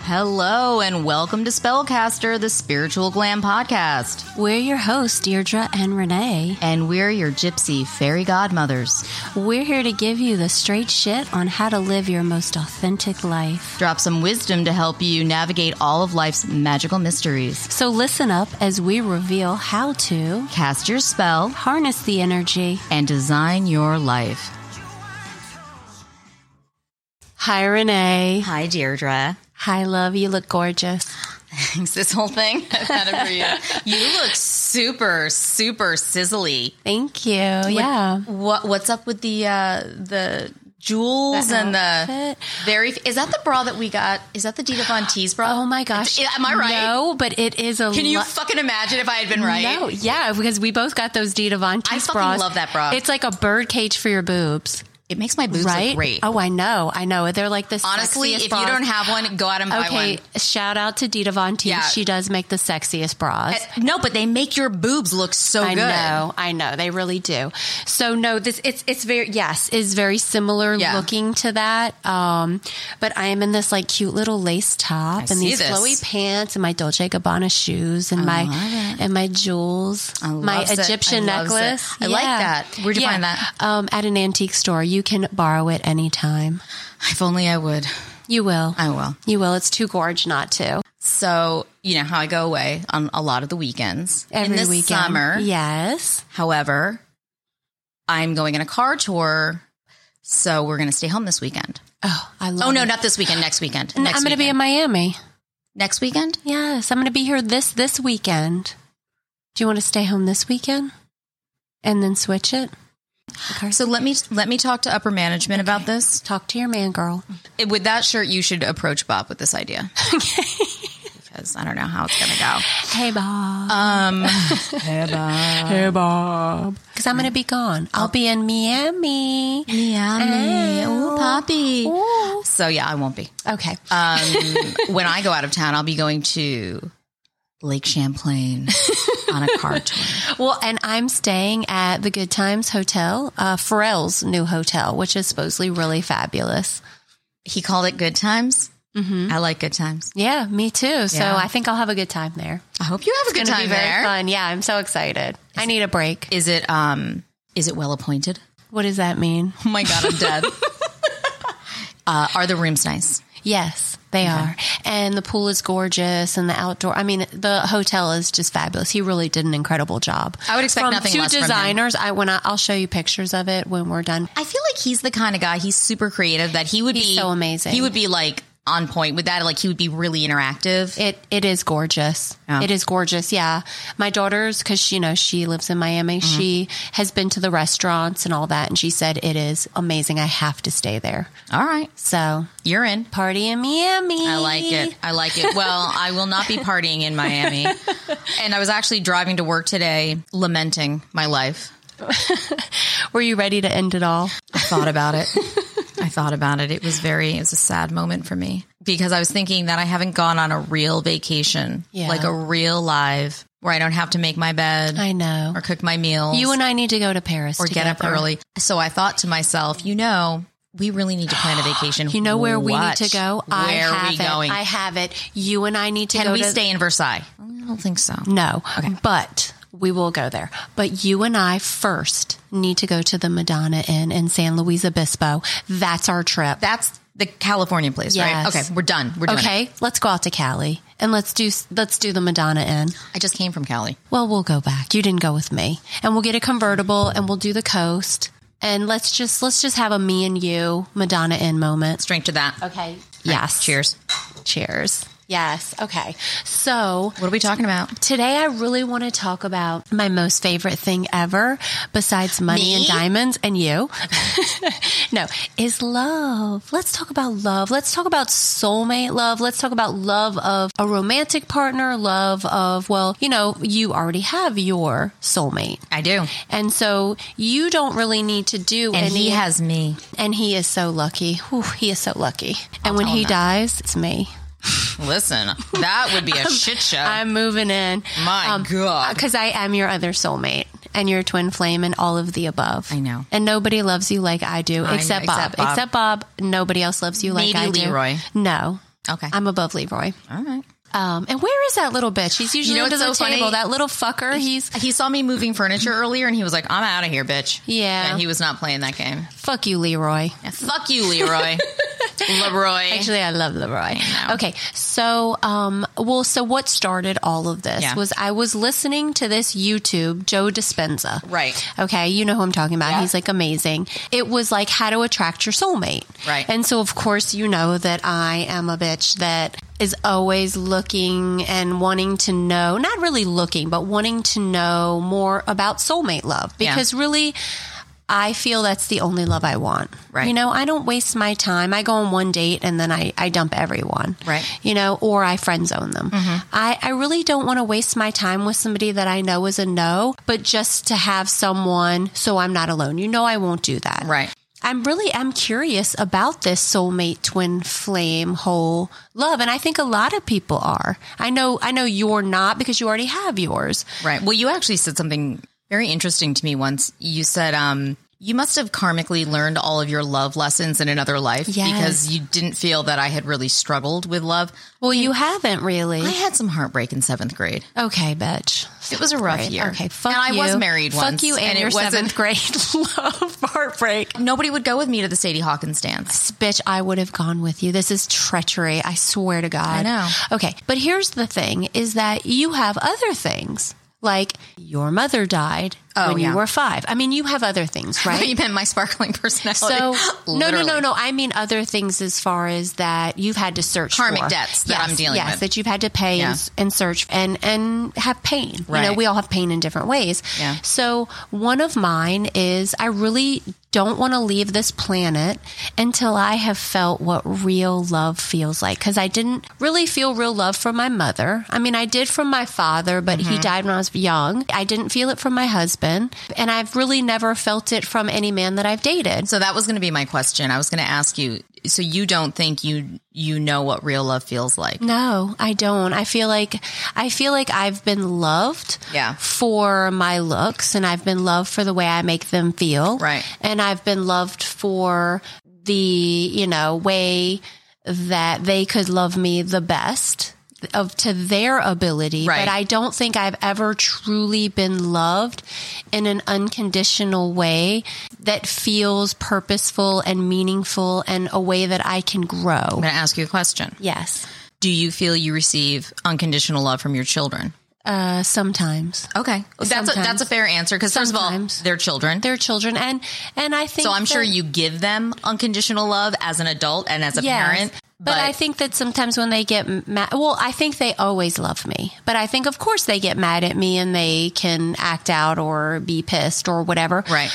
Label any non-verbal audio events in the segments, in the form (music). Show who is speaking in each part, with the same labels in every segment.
Speaker 1: Hello, and welcome to Spellcaster, the spiritual glam podcast.
Speaker 2: We're your hosts, Deirdre and Renee.
Speaker 1: And we're your gypsy fairy godmothers.
Speaker 2: We're here to give you the straight shit on how to live your most authentic life.
Speaker 1: Drop some wisdom to help you navigate all of life's magical mysteries.
Speaker 2: So listen up as we reveal how to
Speaker 1: Cast your spell
Speaker 2: harness the energy.
Speaker 1: and design your life.
Speaker 2: Hi, Renee.
Speaker 1: Hi, Deirdre.
Speaker 2: Hi, love. You look gorgeous.
Speaker 1: Thanks, this whole thing. (laughs) I've had it for you. You look super, super sizzly.
Speaker 2: Thank you. yeah.
Speaker 1: What What's up with the uh, the jewels
Speaker 2: The
Speaker 1: and the
Speaker 2: outfit.
Speaker 1: very? Is that the bra that we got? Is that the Dita Von Teese bra?
Speaker 2: Oh my gosh.
Speaker 1: It's- am I right?
Speaker 2: No, but it is a
Speaker 1: Can you
Speaker 2: lo-
Speaker 1: fucking imagine if I had been right?
Speaker 2: No, yeah, because we both got those Dita Von
Speaker 1: I
Speaker 2: Teese
Speaker 1: fucking
Speaker 2: bras.
Speaker 1: love that bra.
Speaker 2: It's like a bird cage for your boobs,
Speaker 1: It makes my boobs
Speaker 2: right?
Speaker 1: look great.
Speaker 2: Oh, I know, I know. They're like the
Speaker 1: Honestly,
Speaker 2: sexiest
Speaker 1: if
Speaker 2: bras.
Speaker 1: you don't have one, go out and buy
Speaker 2: Okay, shout out to Dita Von Teese.
Speaker 1: Yeah.
Speaker 2: She does make the sexiest bras.
Speaker 1: one. No, but they make your boobs look so
Speaker 2: I
Speaker 1: good.
Speaker 2: know, I know, they really do. So no, this it's it's very yes, is very similar
Speaker 1: Yeah.
Speaker 2: looking to that. Um, but I am in this like cute little lace top and
Speaker 1: see
Speaker 2: these
Speaker 1: this.
Speaker 2: flowy pants and my Dolce Gabbana shoes and my
Speaker 1: love
Speaker 2: and my jewels,
Speaker 1: I
Speaker 2: my
Speaker 1: loves it. I
Speaker 2: Egyptian
Speaker 1: loves it.
Speaker 2: necklace.
Speaker 1: I like that. Where'd you find that?
Speaker 2: Um, at an antique store. You can borrow it anytime.
Speaker 1: If only I would.
Speaker 2: You will.
Speaker 1: I will.
Speaker 2: you will. It's too gorge not to.
Speaker 1: So you know how I go away on a lot of the weekends
Speaker 2: Every
Speaker 1: in this
Speaker 2: weekend.
Speaker 1: summer.
Speaker 2: Yes.
Speaker 1: However, I'm going on a car tour, so we're going to stay home this weekend.
Speaker 2: Oh, I love
Speaker 1: Oh no,
Speaker 2: it.
Speaker 1: not this weekend. Next weekend.
Speaker 2: And
Speaker 1: Next
Speaker 2: I'm going to be in
Speaker 1: weekend.
Speaker 2: Miami.
Speaker 1: next weekend.
Speaker 2: Yes, I'm going to be here this this weekend. Do you want to stay home this weekend and then switch it? Okay.
Speaker 1: So let me let me talk to upper management about this.
Speaker 2: Talk to your man, girl.
Speaker 1: It- with that shirt, you should approach Bob with this (laughs) idea. because I don't know how it's going to go.
Speaker 2: Hey, Bob. (laughs)
Speaker 1: Um,
Speaker 2: hey, Bob. Because I'm going to be gone. I'll be in Miami.
Speaker 1: Miami,
Speaker 2: Ow.
Speaker 1: ooh, poppy.
Speaker 2: Ooh.
Speaker 1: Mm. So yeah, I won't be.
Speaker 2: Okay.
Speaker 1: (laughs) Um, when I go out of town, I'll be going to Lake (laughs) Champlain on a car tour.
Speaker 2: Well, and I'm staying at the Good Times Hotel, uh, Pharrell's new hotel, which is supposedly really fabulous.
Speaker 1: He called it good times. Mm-hmm. I like good times.
Speaker 2: Yeah, me too. So
Speaker 1: Yeah.
Speaker 2: I think I'll have a good time there.
Speaker 1: I hope you have a good
Speaker 2: It's gonna
Speaker 1: time
Speaker 2: be very
Speaker 1: there.
Speaker 2: fun. Yeah, I'm so excited. I need a break.
Speaker 1: Is it um? Is it well appointed?
Speaker 2: What does that mean?
Speaker 1: Oh my god, I'm dead. (laughs) uh, are the rooms nice?
Speaker 2: Yes, they are. And the pool is gorgeous and the outdoor. I mean, the hotel is just fabulous. He really did an incredible job.
Speaker 1: I would expect
Speaker 2: from
Speaker 1: nothing
Speaker 2: two
Speaker 1: less from him.
Speaker 2: designers. I when I, I'll show you pictures of it when we're done.
Speaker 1: I feel like he's the kind of guy. He's super creative. That he would
Speaker 2: He's
Speaker 1: be
Speaker 2: so amazing.
Speaker 1: He would be like on point with that. Like he would be really interactive.
Speaker 2: It it is gorgeous.
Speaker 1: Yeah.
Speaker 2: It is gorgeous. Yeah. My daughter's cuz you know she lives in Miami.
Speaker 1: Mm-hmm.
Speaker 2: She has been to the restaurants and all that and she said it is amazing. I have to stay there.
Speaker 1: All right,
Speaker 2: So,
Speaker 1: you're in.
Speaker 2: party in Miami.
Speaker 1: I like it. I like it. Well, I will not be partying in
Speaker 2: (laughs)
Speaker 1: Miami. And I was actually driving to work today, lamenting my life.
Speaker 2: Were you ready to end it all?
Speaker 1: I thought about it. I thought about it. It was very, it was a sad moment for me because I was thinking that I haven't gone on a real vacation,
Speaker 2: Yeah.
Speaker 1: like a real live where I don't have to make my bed
Speaker 2: I know.
Speaker 1: or cook my meals
Speaker 2: You and I need to go to Paris
Speaker 1: or get up early. So I thought to myself, you know, we really need to plan a vacation.
Speaker 2: You know where we need
Speaker 1: What?
Speaker 2: to go?
Speaker 1: Where
Speaker 2: I
Speaker 1: are
Speaker 2: have
Speaker 1: we going?
Speaker 2: It. I have it. You and I need to
Speaker 1: Can
Speaker 2: go
Speaker 1: we
Speaker 2: to-
Speaker 1: stay in Versailles? I don't think so.
Speaker 2: No. But we will go there. But you and I first need to go to the Madonna Inn in San Luis Obispo. That's our trip.
Speaker 1: That's the California place, right?
Speaker 2: Yes.
Speaker 1: Okay, we're done. We're done.
Speaker 2: okay, let's go out to Cali and let's do let's do the Madonna Inn.
Speaker 1: I just came from Cali.
Speaker 2: Well, we'll go back. You didn't go with me. And we'll get a convertible and we'll do the coast and let's just let's just have a me and you Madonna Inn moment.
Speaker 1: Drink to that.
Speaker 2: Okay. Yes.
Speaker 1: Cheers.
Speaker 2: Cheers. Yes. Okay. So
Speaker 1: What are we talking about?
Speaker 2: today I really want to talk about my most favorite thing ever, besides money
Speaker 1: Me?
Speaker 2: and diamonds and you. (laughs) no, is love. Let's talk about love. Let's talk about soulmate love. Let's talk about love of a romantic partner, love of, well, you know, you already have your soulmate.
Speaker 1: I do.
Speaker 2: And so you don't really need to do
Speaker 1: And
Speaker 2: any
Speaker 1: he has me.
Speaker 2: and he is so lucky. Whew, he is so lucky. and when
Speaker 1: tell him
Speaker 2: he
Speaker 1: that.
Speaker 2: dies, it's me.
Speaker 1: Listen, that would be a shit show.
Speaker 2: (laughs) I'm um, moving in.
Speaker 1: My God.
Speaker 2: Because I am your other soulmate and your twin flame and all of the above.
Speaker 1: I know.
Speaker 2: And nobody loves you like I do,
Speaker 1: know, except
Speaker 2: except, Bob.
Speaker 1: Bob.
Speaker 2: Except Bob, nobody else loves you like
Speaker 1: Maybe
Speaker 2: I do.
Speaker 1: Leroy.
Speaker 2: No.
Speaker 1: Okay.
Speaker 2: I'm above Leroy.
Speaker 1: All right.
Speaker 2: Um, and where is that little bitch? He's usually
Speaker 1: know
Speaker 2: under
Speaker 1: what's
Speaker 2: the
Speaker 1: so funny?
Speaker 2: table. That little fucker. He's
Speaker 1: He saw me moving furniture earlier and he was like, I'm out of here, bitch.
Speaker 2: Yeah.
Speaker 1: And he was not playing that game.
Speaker 2: fuck you, Leroy.
Speaker 1: Yeah, fuck you,
Speaker 2: (laughs)
Speaker 1: Leroy. Leroy.
Speaker 2: Actually, I love Leroy.
Speaker 1: I know.
Speaker 2: Okay, so um, well, so what started all of this
Speaker 1: Yeah.
Speaker 2: was I was listening to this YouTube Joe Dispenza.
Speaker 1: Right.
Speaker 2: Okay, you know who I'm talking about.
Speaker 1: Yeah.
Speaker 2: He's like amazing. It was like how to attract your soulmate.
Speaker 1: Right.
Speaker 2: And so of course you know that I am a bitch that is always looking and wanting to know, not really looking, but wanting to know more about soulmate love
Speaker 1: Yeah.
Speaker 2: because really I feel that's the only love I want.
Speaker 1: Right.
Speaker 2: You know, I don't waste my time. I go on one date and then I, I dump everyone.
Speaker 1: Right.
Speaker 2: You know, or I friend zone them.
Speaker 1: Mm-hmm.
Speaker 2: I, I really don't want to waste my time with somebody that I know is a no, but just to have someone so I'm not alone. You know, I won't do that.
Speaker 1: Right.
Speaker 2: I'm really am curious about this soulmate twin flame whole love and I think a lot of people are. I know I know you're not because you already have yours.
Speaker 1: Right. Well, you actually said something very interesting to me once. You said, um, you must have karmically learned all of your love lessons in another life
Speaker 2: Yes.
Speaker 1: because you didn't feel that I had really struggled with love.
Speaker 2: Well, you haven't really.
Speaker 1: I had some heartbreak in seventh grade.
Speaker 2: Okay, bitch.
Speaker 1: It was a rough
Speaker 2: Right.
Speaker 1: year.
Speaker 2: Okay, fuck
Speaker 1: and I
Speaker 2: you.
Speaker 1: was married
Speaker 2: Fuck
Speaker 1: once.
Speaker 2: you and,
Speaker 1: it
Speaker 2: your
Speaker 1: wasn't-
Speaker 2: seventh grade (laughs) love
Speaker 1: (laughs)
Speaker 2: heartbreak.
Speaker 1: Nobody would go with me to the Sadie Hawkins dance.
Speaker 2: Bitch, I would have gone with you. This is treachery. I swear to God.
Speaker 1: I know.
Speaker 2: Okay, but here's the thing: is that you have other things like your mother died
Speaker 1: Oh,
Speaker 2: when
Speaker 1: yeah.
Speaker 2: you were five. I mean, you have other things,
Speaker 1: (laughs)
Speaker 2: right?
Speaker 1: you meant my sparkling personality.
Speaker 2: So
Speaker 1: (laughs)
Speaker 2: no, no, no,
Speaker 1: Literally.
Speaker 2: no. I mean other things as far as that you've had to search
Speaker 1: Karmic
Speaker 2: for.
Speaker 1: debts that
Speaker 2: yes,
Speaker 1: I'm dealing
Speaker 2: yes,
Speaker 1: with.
Speaker 2: that you've had to pay
Speaker 1: Yeah.
Speaker 2: and, and search and and have pain. You know,
Speaker 1: Right.
Speaker 2: we all have pain in different ways.
Speaker 1: Yeah.
Speaker 2: So one of mine is I really don't want to leave this planet until I have felt what real love feels like because I didn't really feel real love from my mother. I mean, I did from my father, but
Speaker 1: Mm-hmm.
Speaker 2: he died when I was young. I didn't feel it from my husband, and I've really never felt it from any man that I've dated.
Speaker 1: So that was going to be my question. I was going to ask you. So you don't think you you know what real love feels like?
Speaker 2: No, I don't. I feel like I feel like I've been loved
Speaker 1: Yeah.
Speaker 2: for my looks and I've been loved for the way I make them feel.
Speaker 1: Right.
Speaker 2: And I've been loved for the, you know, way that they could love me the best of to their ability.
Speaker 1: Right.
Speaker 2: But I don't think I've ever truly been loved in an unconditional way that feels purposeful and meaningful and a way that I can grow.
Speaker 1: I'm going to ask you a question.
Speaker 2: Yes.
Speaker 1: Do you feel you receive unconditional love from your children?
Speaker 2: Uh, sometimes
Speaker 1: Okay, that's a,
Speaker 2: Sometimes.
Speaker 1: that's a fair answer because first of all,
Speaker 2: Sometimes.
Speaker 1: they're children.
Speaker 2: they're children, and and I think
Speaker 1: so I'm sure
Speaker 2: that-
Speaker 1: you give them unconditional love as an adult and as a
Speaker 2: Yes.
Speaker 1: parent.
Speaker 2: But, I think that sometimes when they get mad, well, I think they always love me. But I think, of course, they get mad at me and they can act out or be pissed or whatever.
Speaker 1: Right.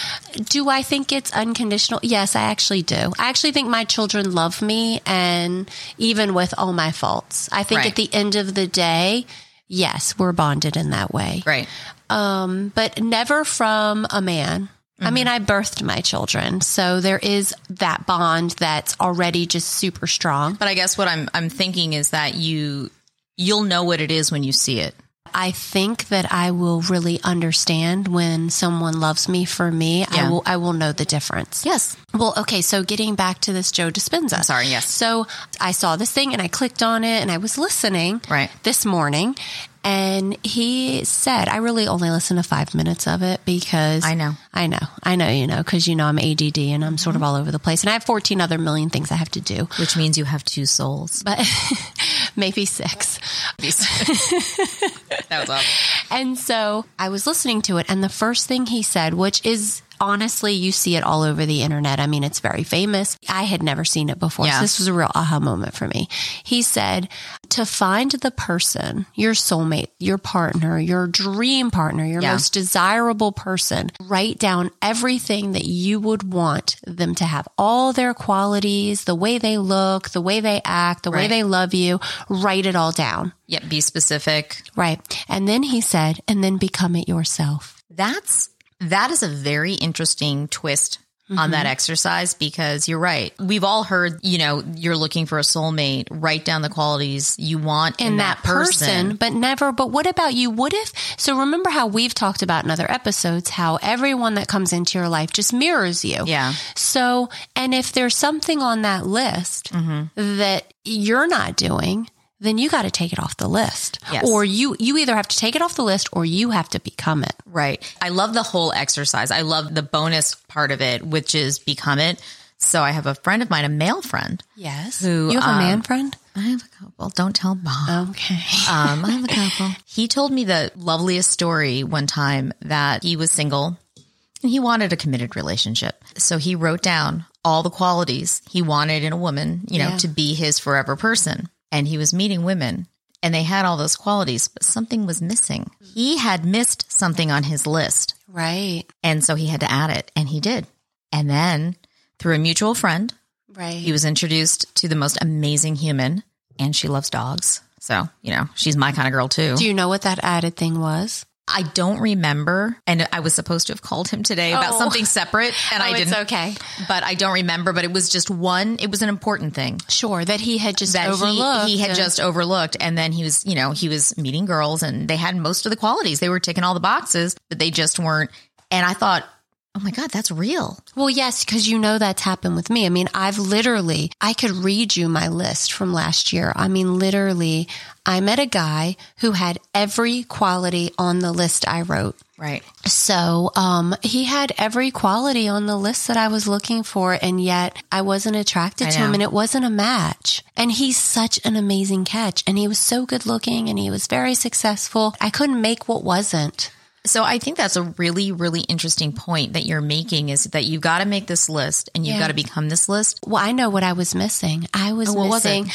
Speaker 2: Do I think it's unconditional? Yes, I actually do. I actually think my children love me, and even with all my faults, I think
Speaker 1: Right.
Speaker 2: at the end of the day, yes, we're bonded in that way.
Speaker 1: right.
Speaker 2: um, but never from a man. I mean, I birthed my children, so there is that bond that's already just super strong.
Speaker 1: But I guess what I'm I'm thinking is that you you'll know what it is when you see it.
Speaker 2: I think that I will really understand when someone loves me for me.
Speaker 1: Yeah.
Speaker 2: I will. I will know the difference.
Speaker 1: Yes.
Speaker 2: Well, okay. So getting back to this Joe Dispenza.
Speaker 1: sorry, yes.
Speaker 2: So I saw this thing and I clicked on it and I was listening
Speaker 1: Right.
Speaker 2: this morning, and he said I really only listen to five minutes of it because
Speaker 1: I know. Mm-hmm.
Speaker 2: I know, I know, you know, because you know I'm ADD and I'm sort of all over the place, and I have 14 other million things I have to do,
Speaker 1: Which means you have two souls.
Speaker 2: but (laughs) maybe six.
Speaker 1: (laughs) that was awful.
Speaker 2: And so I was listening to it, and the first thing he said, which is honestly, you see it all over the internet. I mean, it's very famous. I had never seen it before.
Speaker 1: Yeah.
Speaker 2: So this was a real aha moment for me. He said, To find the person, your soulmate, your partner, your dream partner, your
Speaker 1: Yeah.
Speaker 2: most desirable person, write down everything that you would want them to have all their qualities, the way they look, the way they act, the way
Speaker 1: Right.
Speaker 2: they love you. Write it all down.
Speaker 1: Yep. Be specific.
Speaker 2: Right. And then he said, and then become it yourself.
Speaker 1: That's that is a very interesting twist on that exercise because you're right. We've all heard, you know, you're looking for a soulmate, write down the qualities you want in,
Speaker 2: in that, person,
Speaker 1: person.
Speaker 2: but never. But what about you? What if? So remember how we've talked about in other episodes how everyone that comes into your life just mirrors you.
Speaker 1: Yeah.
Speaker 2: So, and if there's something on that list
Speaker 1: Mm-hmm.
Speaker 2: that you're not doing, then you got to take it off the list,
Speaker 1: Yes.
Speaker 2: or you you either have to take it off the list or you have to become it.
Speaker 1: Right. I love the whole exercise. I love the bonus part of it, which is become it. So I have a friend of mine, a male friend.
Speaker 2: Yes.
Speaker 1: Who,
Speaker 2: you have
Speaker 1: um,
Speaker 2: a man friend?
Speaker 1: I have a couple. Don't tell Bob.
Speaker 2: Okay.
Speaker 1: Um, I have a couple. (laughs) He told me the loveliest story one time that he was single and he wanted a committed relationship. So he wrote down all the qualities he wanted in a woman, you know,
Speaker 2: Yeah.
Speaker 1: to be his forever person. And he was meeting women and they had all those qualities, but something was missing. He had missed something on his list.
Speaker 2: (laughs) Right.
Speaker 1: And so he had to add it and he did. And then through a mutual friend,
Speaker 2: Right.
Speaker 1: he was introduced to the most amazing human and she loves dogs. So, you know, she's my kind of girl too.
Speaker 2: Do you know what that added thing was?
Speaker 1: I don't remember. And I was supposed to have called him today about
Speaker 2: Oh.
Speaker 1: something separate and I didn't,
Speaker 2: okay.
Speaker 1: but I don't remember, but it was just one, it was an important thing
Speaker 2: Sure, that he had just
Speaker 1: that he-
Speaker 2: overlooked.
Speaker 1: he, had
Speaker 2: and-
Speaker 1: just overlooked. And then he was, you know, he was meeting girls and they had most of the qualities. They were ticking all the boxes, but they just weren't. And I thought, oh my God, that's real.
Speaker 2: Well, yes, because you know that's happened with me. I mean, I've literally, I could read you my list from last year. I mean, literally, I met a guy who had every quality on the list I wrote.
Speaker 1: Right.
Speaker 2: So um, he had every quality on the list that I was looking for, and yet I wasn't attracted
Speaker 1: I
Speaker 2: to him,
Speaker 1: know.
Speaker 2: and it wasn't a match. And he's such an amazing catch, and he was so good looking, and he was very successful. I couldn't make what wasn't.
Speaker 1: So I think that's a really, really interesting point that you're making is that you've got to make this list and you've
Speaker 2: Yeah.
Speaker 1: got to become this list.
Speaker 2: Well, I know what I was missing. I was
Speaker 1: what was
Speaker 2: missing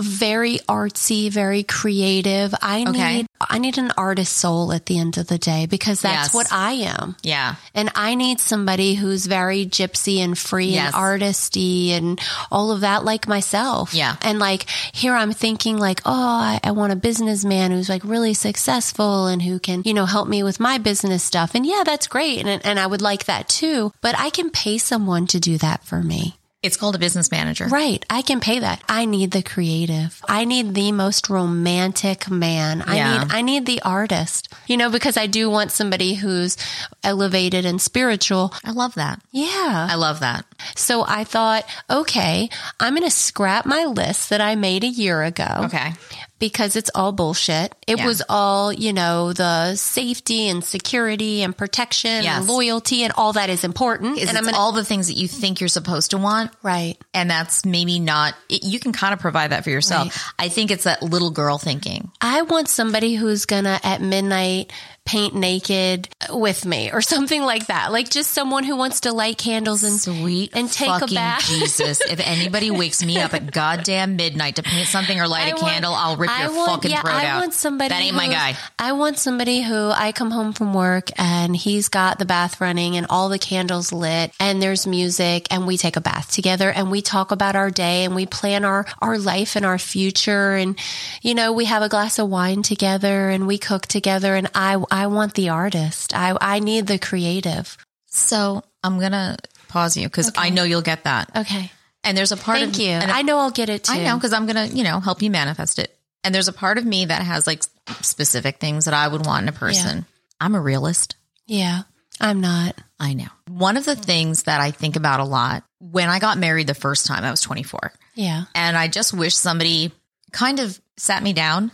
Speaker 2: very artsy, very creative. I
Speaker 1: Okay.
Speaker 2: need I need an artist soul at the end of the day because that's
Speaker 1: Yes.
Speaker 2: what I am.
Speaker 1: Yeah.
Speaker 2: And I need somebody who's very gypsy and free
Speaker 1: Yes.
Speaker 2: and artisty and all of that, like myself.
Speaker 1: Yeah.
Speaker 2: And like here, I'm thinking like, oh, I, I want a businessman who's like really successful and who can, you know, help me with my business stuff. And yeah, that's great. And, and I would like that too, but I can pay someone to do that for me.
Speaker 1: It's called a business manager.
Speaker 2: Right. I can pay that. I need the creative. I need the most romantic man. I
Speaker 1: Yeah.
Speaker 2: need I need the artist. You know, because I do want somebody who's elevated and spiritual.
Speaker 1: I love that.
Speaker 2: Yeah.
Speaker 1: I love that.
Speaker 2: So I thought, okay, I'm going to scrap my list that I made a year ago
Speaker 1: Okay.
Speaker 2: because it's all bullshit. It
Speaker 1: Yeah.
Speaker 2: was all, you know, the safety and security and protection
Speaker 1: Yes.
Speaker 2: and loyalty and all that is important.
Speaker 1: Is
Speaker 2: and
Speaker 1: it's
Speaker 2: I'm gonna-
Speaker 1: all the things that you think you're supposed to want.
Speaker 2: right.
Speaker 1: And that's maybe not, it, you can kind of provide that for yourself. I think it's that little girl thinking.
Speaker 2: I want somebody who's gonna at midnight paint naked with me or (laughs) something like that. Like just someone who wants to light candles and
Speaker 1: Sweet
Speaker 2: and take
Speaker 1: fucking
Speaker 2: a bath.
Speaker 1: (laughs) Jesus. If anybody wakes me up at goddamn midnight to paint something or light
Speaker 2: I
Speaker 1: a
Speaker 2: want-
Speaker 1: candle, I'll rip
Speaker 2: I
Speaker 1: your
Speaker 2: want-
Speaker 1: fucking
Speaker 2: yeah,
Speaker 1: throat
Speaker 2: I
Speaker 1: out.
Speaker 2: want somebody.
Speaker 1: that ain't my
Speaker 2: who's-
Speaker 1: guy.
Speaker 2: I want somebody who I come home from work and he's got the bath running and all the candles lit and there's music and we take a bath together and we talk about our day and we plan our our life and our future and you know we have a glass of wine together and we cook together and I I want the artist. I I need the creative.
Speaker 1: So I'm going to pause you because I know you'll get that.
Speaker 2: Okay.
Speaker 1: And there's a part
Speaker 2: Thank
Speaker 1: of
Speaker 2: you.
Speaker 1: and
Speaker 2: I know I'll get it too.
Speaker 1: I know because I'm gonna, you know, help you manifest it. And there's a part of me that has like specific things that I would want in a person. I'm a realist.
Speaker 2: Yeah. I'm not.
Speaker 1: I know. One of the things that I think about a lot when I got married the first time, I was 24,
Speaker 2: Yeah.
Speaker 1: and I just wish somebody kind of sat me down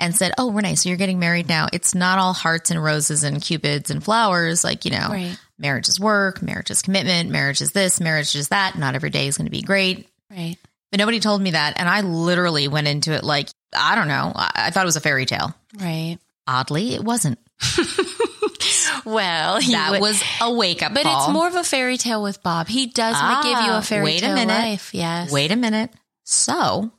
Speaker 1: and said, "Oh, Renee, so you're getting married now. It's not all hearts and roses and cupids and flowers. Like you know,
Speaker 2: Right.
Speaker 1: marriage is work, marriage is commitment, marriage is this, marriage is that. Not every day is going to be great.
Speaker 2: Right.
Speaker 1: But nobody told me that. And I literally went into it like, I don't know. I, I thought it was a fairy tale.
Speaker 2: Right.
Speaker 1: Oddly, it
Speaker 2: (laughs)
Speaker 1: wasn't.
Speaker 2: Well,
Speaker 1: That was a wake up
Speaker 2: But
Speaker 1: call.
Speaker 2: it's more of a fairy tale with Bob. He does
Speaker 1: Ah,
Speaker 2: give you a fairy
Speaker 1: wait a
Speaker 2: tale
Speaker 1: minute.
Speaker 2: life. Yes.
Speaker 1: Wait a minute. So,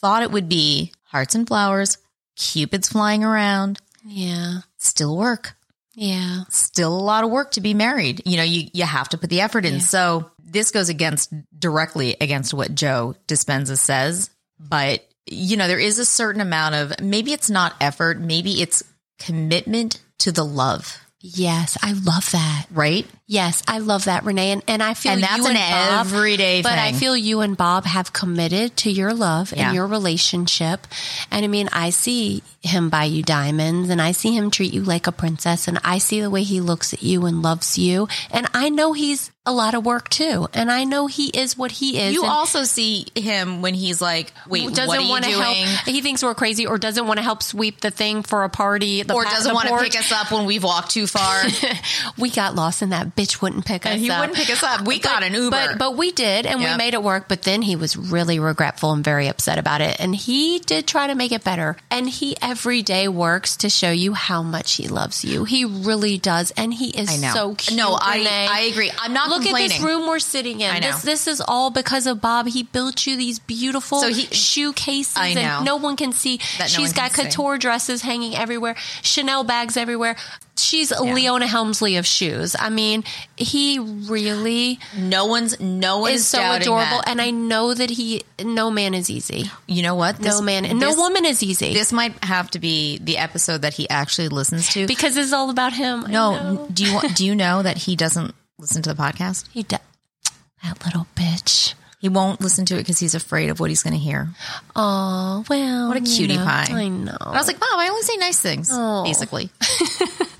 Speaker 1: thought it would be hearts and flowers, cupids flying around,
Speaker 2: Yeah.
Speaker 1: still work,
Speaker 2: Yeah.
Speaker 1: still a lot of work to be married. You know, you, you have to put the effort in.
Speaker 2: Yeah.
Speaker 1: So, this goes against directly against what Joe Dispenza says. But, you know, there is a certain amount of maybe it's not effort, maybe it's commitment to the love.
Speaker 2: Yes, I love that.
Speaker 1: right?
Speaker 2: Yes, I love that, Renee, and, and I feel
Speaker 1: And that's
Speaker 2: you
Speaker 1: an
Speaker 2: and Bob,
Speaker 1: everyday
Speaker 2: But I
Speaker 1: thing.
Speaker 2: feel you and Bob have committed to your love
Speaker 1: Yeah.
Speaker 2: and your relationship. And I mean, I see him buy you diamonds, and I see him treat you like a princess, and I see the way he looks at you and loves you. And I know he's a lot of work too, and I know he is what he is.
Speaker 1: You
Speaker 2: and
Speaker 1: also see him when he's like, wait,
Speaker 2: doesn't
Speaker 1: what are you
Speaker 2: want to
Speaker 1: doing?
Speaker 2: help. He thinks we're crazy, or doesn't want to help sweep the thing for a party, the
Speaker 1: Or
Speaker 2: pa-
Speaker 1: doesn't
Speaker 2: the
Speaker 1: want to
Speaker 2: porch.
Speaker 1: pick us up when we've walked too far.
Speaker 2: (laughs) We got lost, and that bitch wouldn't pick us
Speaker 1: and he
Speaker 2: up.
Speaker 1: wouldn't pick us up. We got an Uber.
Speaker 2: But but we did, and we
Speaker 1: Yep.
Speaker 2: made it work. But then he was really regretful and very upset about it. And he did try to make it better. And he every day works to show you how much he loves you. He really does, and he is
Speaker 1: I know.
Speaker 2: so cute.
Speaker 1: No, I-
Speaker 2: Renee.
Speaker 1: I agree. I'm not
Speaker 2: Look at this
Speaker 1: complaining.
Speaker 2: room we're sitting in.
Speaker 1: I know.
Speaker 2: This this is all because of Bob. He built you these beautiful
Speaker 1: So he-
Speaker 2: shoe cases,
Speaker 1: I know.
Speaker 2: and no one can see.
Speaker 1: That no
Speaker 2: She's
Speaker 1: one
Speaker 2: got
Speaker 1: can see.
Speaker 2: couture dresses hanging everywhere, Chanel bags everywhere. She's Leona Helmsley of shoes. I mean, he really
Speaker 1: no one's no one's
Speaker 2: is so
Speaker 1: doubting
Speaker 2: adorable,
Speaker 1: that.
Speaker 2: and I know that he. No man is easy.
Speaker 1: you know what?
Speaker 2: No
Speaker 1: This-
Speaker 2: man, and no
Speaker 1: this-
Speaker 2: woman is easy
Speaker 1: This might have to be the episode that he actually listens to.
Speaker 2: because it's all about him. I
Speaker 1: no,
Speaker 2: know.
Speaker 1: do you want, do you know that he doesn't listen to the podcast?
Speaker 2: he de- that little bitch.
Speaker 1: He won't listen to it because he's afraid of what he's going to hear.
Speaker 2: Oh well, what
Speaker 1: a cutie pie.
Speaker 2: I know.
Speaker 1: And I was like, Mom, I only say nice things,
Speaker 2: (laughs)
Speaker 1: basically.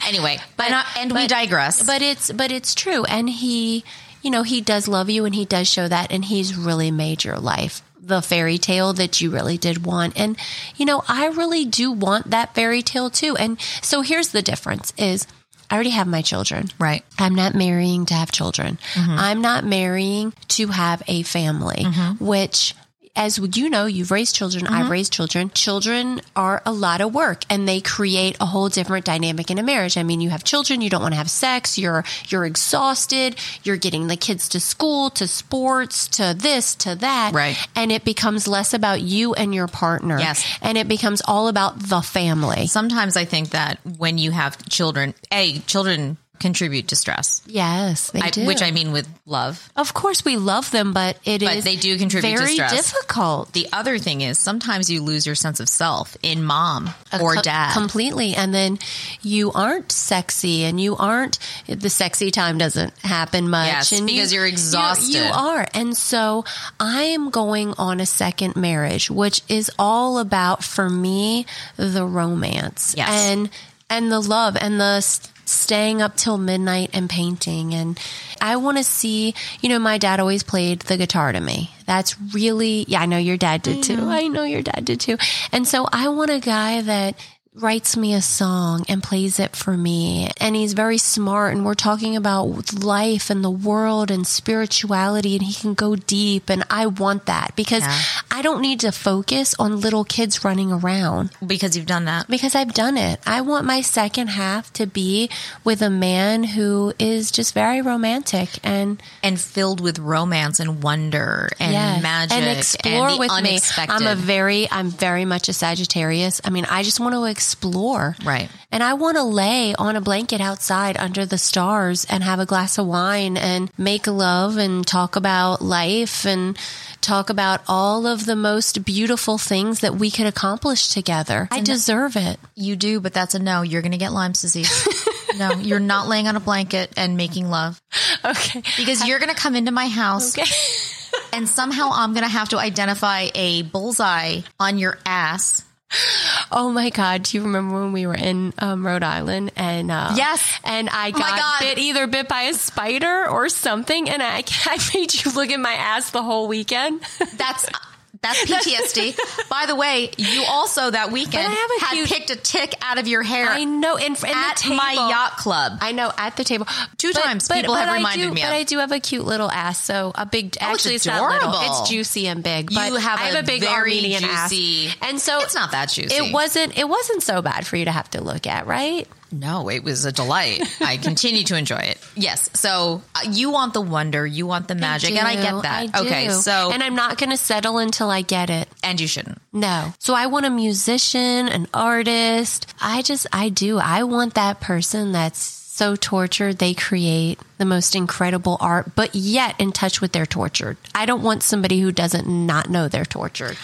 Speaker 1: anyway, but and, I- and we
Speaker 2: Oh. but-
Speaker 1: digress.
Speaker 2: but it's but it's true, and he, you know, he does love you, and he does show that, and he's really made your life the fairy tale that you really did want, and you know, I really do want that fairy tale too, and so here's the difference: is I already have my children,
Speaker 1: right.
Speaker 2: I'm not marrying to have children.
Speaker 1: Mm-hmm.
Speaker 2: I'm not marrying to have a family,
Speaker 1: Mm-hmm.
Speaker 2: which as you know, you've raised children, I've raised children. Children are a lot of work and they create a whole different dynamic in a marriage. I mean, you have children, you don't want to have sex, you're you're exhausted, you're getting the kids to school, to sports, to this, to that.
Speaker 1: Right.
Speaker 2: And it becomes less about you and your partner.
Speaker 1: Yes.
Speaker 2: And it becomes all about the family.
Speaker 1: Sometimes I think that when you have children, A, children contribute to stress,
Speaker 2: Yes, they
Speaker 1: I,
Speaker 2: do.
Speaker 1: which I mean with love.
Speaker 2: Of course, we love them, but it is
Speaker 1: But they do contribute to
Speaker 2: very
Speaker 1: stress.
Speaker 2: difficult
Speaker 1: The other thing is sometimes you lose your sense of self in mom or
Speaker 2: Co-
Speaker 1: dad.
Speaker 2: completely, and then you aren't sexy, and you aren't the sexy time doesn't happen much,
Speaker 1: Yes,
Speaker 2: and
Speaker 1: because you're exhausted.
Speaker 2: You are, and so I am going on a second marriage, which is all about for me the romance,
Speaker 1: Yes.
Speaker 2: and and the love and the s- staying up till midnight and painting and i want to see you know my dad always played the guitar to me that's really yeah i know your dad did too i know your dad did too and so i want a guy that writes me a song and plays it for me and he's very smart and we're talking about life and the world and spirituality and he can go deep and i want that because
Speaker 1: Yeah.
Speaker 2: i don't need to focus on little kids running around
Speaker 1: because you've done that.
Speaker 2: because I've done it. I want my second half to be with a man who is just very romantic and
Speaker 1: And filled with romance and wonder and
Speaker 2: yes,
Speaker 1: magic
Speaker 2: and explore
Speaker 1: the
Speaker 2: with
Speaker 1: unexpected.
Speaker 2: me. I'm a very I'm very much a Sagittarius. I mean, I just want to explore.
Speaker 1: Right.
Speaker 2: And I want to lay on a blanket outside under the stars and have a glass of wine and make love and talk about life and talk about all of the most beautiful things that we could accomplish together. I deserve it.
Speaker 1: You do, but that's a no. You're going to get Lyme's disease. (laughs) no, you're not laying on a blanket and making love
Speaker 2: Okay.
Speaker 1: because you're going to come into my house and somehow I'm going to have to identify a bullseye on your ass.
Speaker 2: Oh my God. Do you remember when we were in um, Rhode Island and, uh,
Speaker 1: Yes. Oh
Speaker 2: And I
Speaker 1: my
Speaker 2: got
Speaker 1: God.
Speaker 2: bit either bit by a spider or something. And I, (laughs) I made you look at my ass the whole weekend.
Speaker 1: That's
Speaker 2: (laughs)
Speaker 1: that's PTSD. By the way, you also that weekend
Speaker 2: But I have a
Speaker 1: had
Speaker 2: huge-
Speaker 1: picked a tick out of your hair
Speaker 2: I know. And, and
Speaker 1: at
Speaker 2: the table,
Speaker 1: my yacht club.
Speaker 2: I know at the table
Speaker 1: Two times people have reminded
Speaker 2: I do,
Speaker 1: me of. Oh,
Speaker 2: But I do have a cute little ass, so a big. actually, it's, not
Speaker 1: adorable.
Speaker 2: little. It's juicy and big.
Speaker 1: You
Speaker 2: But
Speaker 1: have
Speaker 2: I have
Speaker 1: a
Speaker 2: a, big
Speaker 1: very
Speaker 2: Armenian
Speaker 1: juicy-
Speaker 2: ass, and so
Speaker 1: It's not that juicy.
Speaker 2: It wasn't. It wasn't so bad for you to have to look at, right?
Speaker 1: No, it was a delight.
Speaker 2: (laughs)
Speaker 1: I continue to enjoy it. Yes. So uh, you want the wonder, you want the magic, and I
Speaker 2: do,
Speaker 1: get that.
Speaker 2: I
Speaker 1: Okay.
Speaker 2: do.
Speaker 1: So
Speaker 2: and
Speaker 1: and,
Speaker 2: I'm not going to settle until I get it.
Speaker 1: you shouldn't.
Speaker 2: No. So I want a musician, an artist. I just, I do. I want that person that's so tortured. They create the most incredible art, but yet in touch with their tortured. I don't want somebody who doesn't not know they're tortured.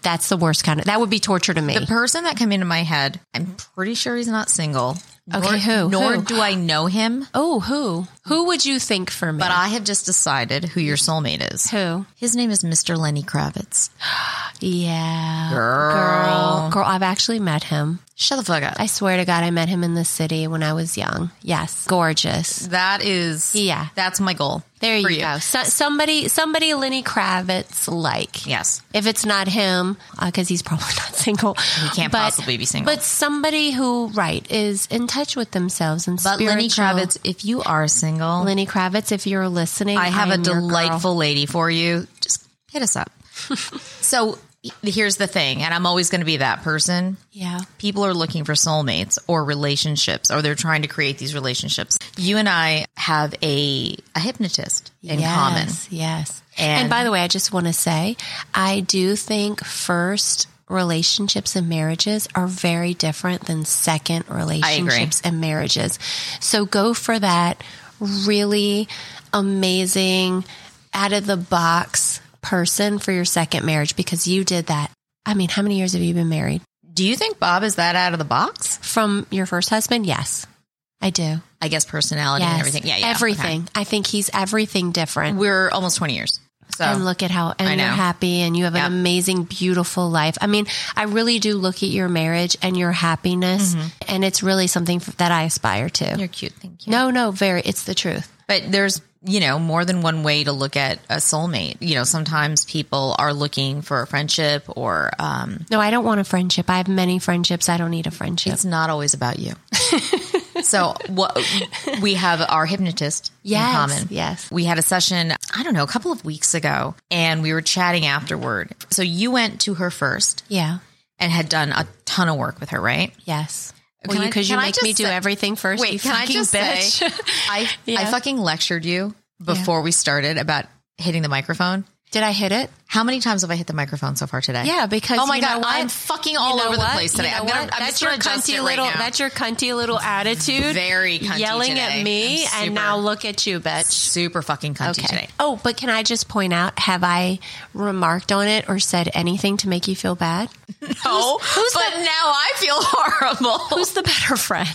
Speaker 2: That's the worst kind of that would be torture to me.
Speaker 1: The person that came into my head, I'm pretty sure he's not single.
Speaker 2: Okay,
Speaker 1: nor,
Speaker 2: who?
Speaker 1: Nor
Speaker 2: Who?
Speaker 1: do I know him,
Speaker 2: oh, who? Who would you think for me?
Speaker 1: but I have just decided who your soulmate is.
Speaker 2: who?
Speaker 1: His name is Mr. Lenny Kravitz.
Speaker 2: Yeah.
Speaker 1: Girl.
Speaker 2: Girl, girl, I've actually met him.
Speaker 1: Shut the fuck up.
Speaker 2: I swear to God, I met him in the city when I was young. Yes, gorgeous.
Speaker 1: that is,
Speaker 2: Yeah.
Speaker 1: that's my goal.
Speaker 2: There you,
Speaker 1: for
Speaker 2: go. So, somebody, somebody, Lenny Kravitz like.
Speaker 1: Yes.
Speaker 2: If it's not him, because he's probably (laughs) not single, he
Speaker 1: can't possibly be single.
Speaker 2: But somebody who, right, is in touch with themselves and
Speaker 1: But Lenny
Speaker 2: spiritual.
Speaker 1: Kravitz, if you are single,
Speaker 2: Lenny Kravitz, if you're listening,
Speaker 1: I have
Speaker 2: I'm
Speaker 1: a
Speaker 2: your girl.
Speaker 1: delightful lady for you. Just hit us
Speaker 2: (laughs)
Speaker 1: up. so here's the thing, and I'm always going to be that person.
Speaker 2: Yeah,
Speaker 1: People are looking for soulmates or relationships, or they're trying to create these relationships. You and I have a, a hypnotist in
Speaker 2: yes,
Speaker 1: common.
Speaker 2: Yes.
Speaker 1: And-
Speaker 2: And, by the way, I just want to say, I do think first relationships and marriages are very different than second relationships and marriages. So go for that really amazing, out of the box person for your second marriage because you did that. I mean, how many years have you been married?
Speaker 1: Do you think Bob is that out of the box?
Speaker 2: From your first husband? Yes, I do.
Speaker 1: I guess personality and
Speaker 2: Yes.
Speaker 1: everything. Yeah, yeah. okay.
Speaker 2: Everything. I think he's everything different.
Speaker 1: We're almost 20 years. So
Speaker 2: and look at how and
Speaker 1: I
Speaker 2: you're
Speaker 1: know.
Speaker 2: happy and you have
Speaker 1: Yep.
Speaker 2: an amazing beautiful life i mean i really do look at your marriage and your happiness and it's really something f- that i aspire to
Speaker 1: you're cute. Thank you.
Speaker 2: no no very it's the truth
Speaker 1: But there's, you know, more than one way to look at a soulmate. You know, sometimes people are looking for a friendship or um,
Speaker 2: no i don't want a friendship i have many friendships i don't need a friendship
Speaker 1: it's not always about
Speaker 2: (laughs)
Speaker 1: you. so what we have our hypnotist in
Speaker 2: Yes,
Speaker 1: common.
Speaker 2: yes.
Speaker 1: We had a session, I don't know, a couple of weeks ago and we were chatting afterward. So you went to her first
Speaker 2: yeah
Speaker 1: and had done a ton of work with her, right?
Speaker 2: yes
Speaker 1: Can
Speaker 2: well
Speaker 1: I-
Speaker 2: because you
Speaker 1: can I
Speaker 2: make
Speaker 1: just
Speaker 2: me do
Speaker 1: say-
Speaker 2: everything first you
Speaker 1: Wait, can I
Speaker 2: fucking
Speaker 1: just
Speaker 2: bitch
Speaker 1: say I I
Speaker 2: Yeah.
Speaker 1: fucking lectured you before we started about hitting the microphone.
Speaker 2: (laughs) did i hit it
Speaker 1: How many times have I hit the microphone so far today?
Speaker 2: yeah because
Speaker 1: Oh my
Speaker 2: you know
Speaker 1: god,
Speaker 2: what?
Speaker 1: I'm fucking all
Speaker 2: You know
Speaker 1: over the
Speaker 2: what?
Speaker 1: place today.
Speaker 2: You know
Speaker 1: I'm gonna,
Speaker 2: what?
Speaker 1: I'm
Speaker 2: that's
Speaker 1: just
Speaker 2: your
Speaker 1: gonna adjust
Speaker 2: cunty
Speaker 1: it right
Speaker 2: little.
Speaker 1: now.
Speaker 2: that's your cunty little attitude.
Speaker 1: Very cunty
Speaker 2: yelling
Speaker 1: today.
Speaker 2: at me,
Speaker 1: I'm super-
Speaker 2: and now look at you, bitch.
Speaker 1: super fucking cunty today.
Speaker 2: Oh, but can I just point out? Have I remarked on it or said anything to make you feel bad?
Speaker 1: (laughs) No, but now I feel horrible.
Speaker 2: (laughs) Who's the better friend?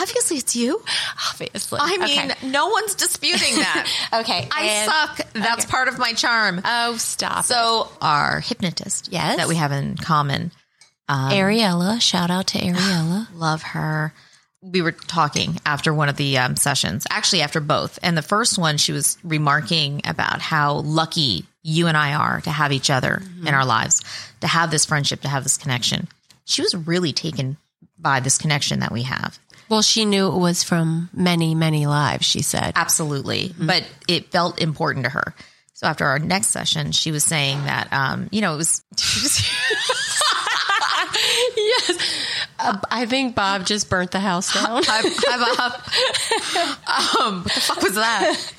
Speaker 1: Obviously, it's you.
Speaker 2: Obviously,
Speaker 1: I mean,
Speaker 2: Okay.
Speaker 1: no one's (laughs) disputing that.
Speaker 2: Okay,
Speaker 1: I
Speaker 2: and-
Speaker 1: suck. That's part of my charm.
Speaker 2: Oh, stop. So,
Speaker 1: so, our hypnotist,
Speaker 2: Yes.
Speaker 1: that we have in common,
Speaker 2: Ariella, shout out
Speaker 1: (gasps)
Speaker 2: to Ariella.
Speaker 1: love her. We were talking after one of the um, sessions, actually after both. And the first one, she was remarking about how lucky you and I are to have each other in our lives, to have this friendship, to have this connection. She was really taken by this connection that we have.
Speaker 2: well, she knew it was from many, many lives.
Speaker 1: (laughs)
Speaker 2: She said,
Speaker 1: Absolutely. But it felt important to her. So after our next session, she was saying that, um, you know, it was (laughs)
Speaker 2: "I think Bob just burnt the house
Speaker 1: (laughs)
Speaker 2: down."
Speaker 1: high, high Bob. um, what the fuck was that?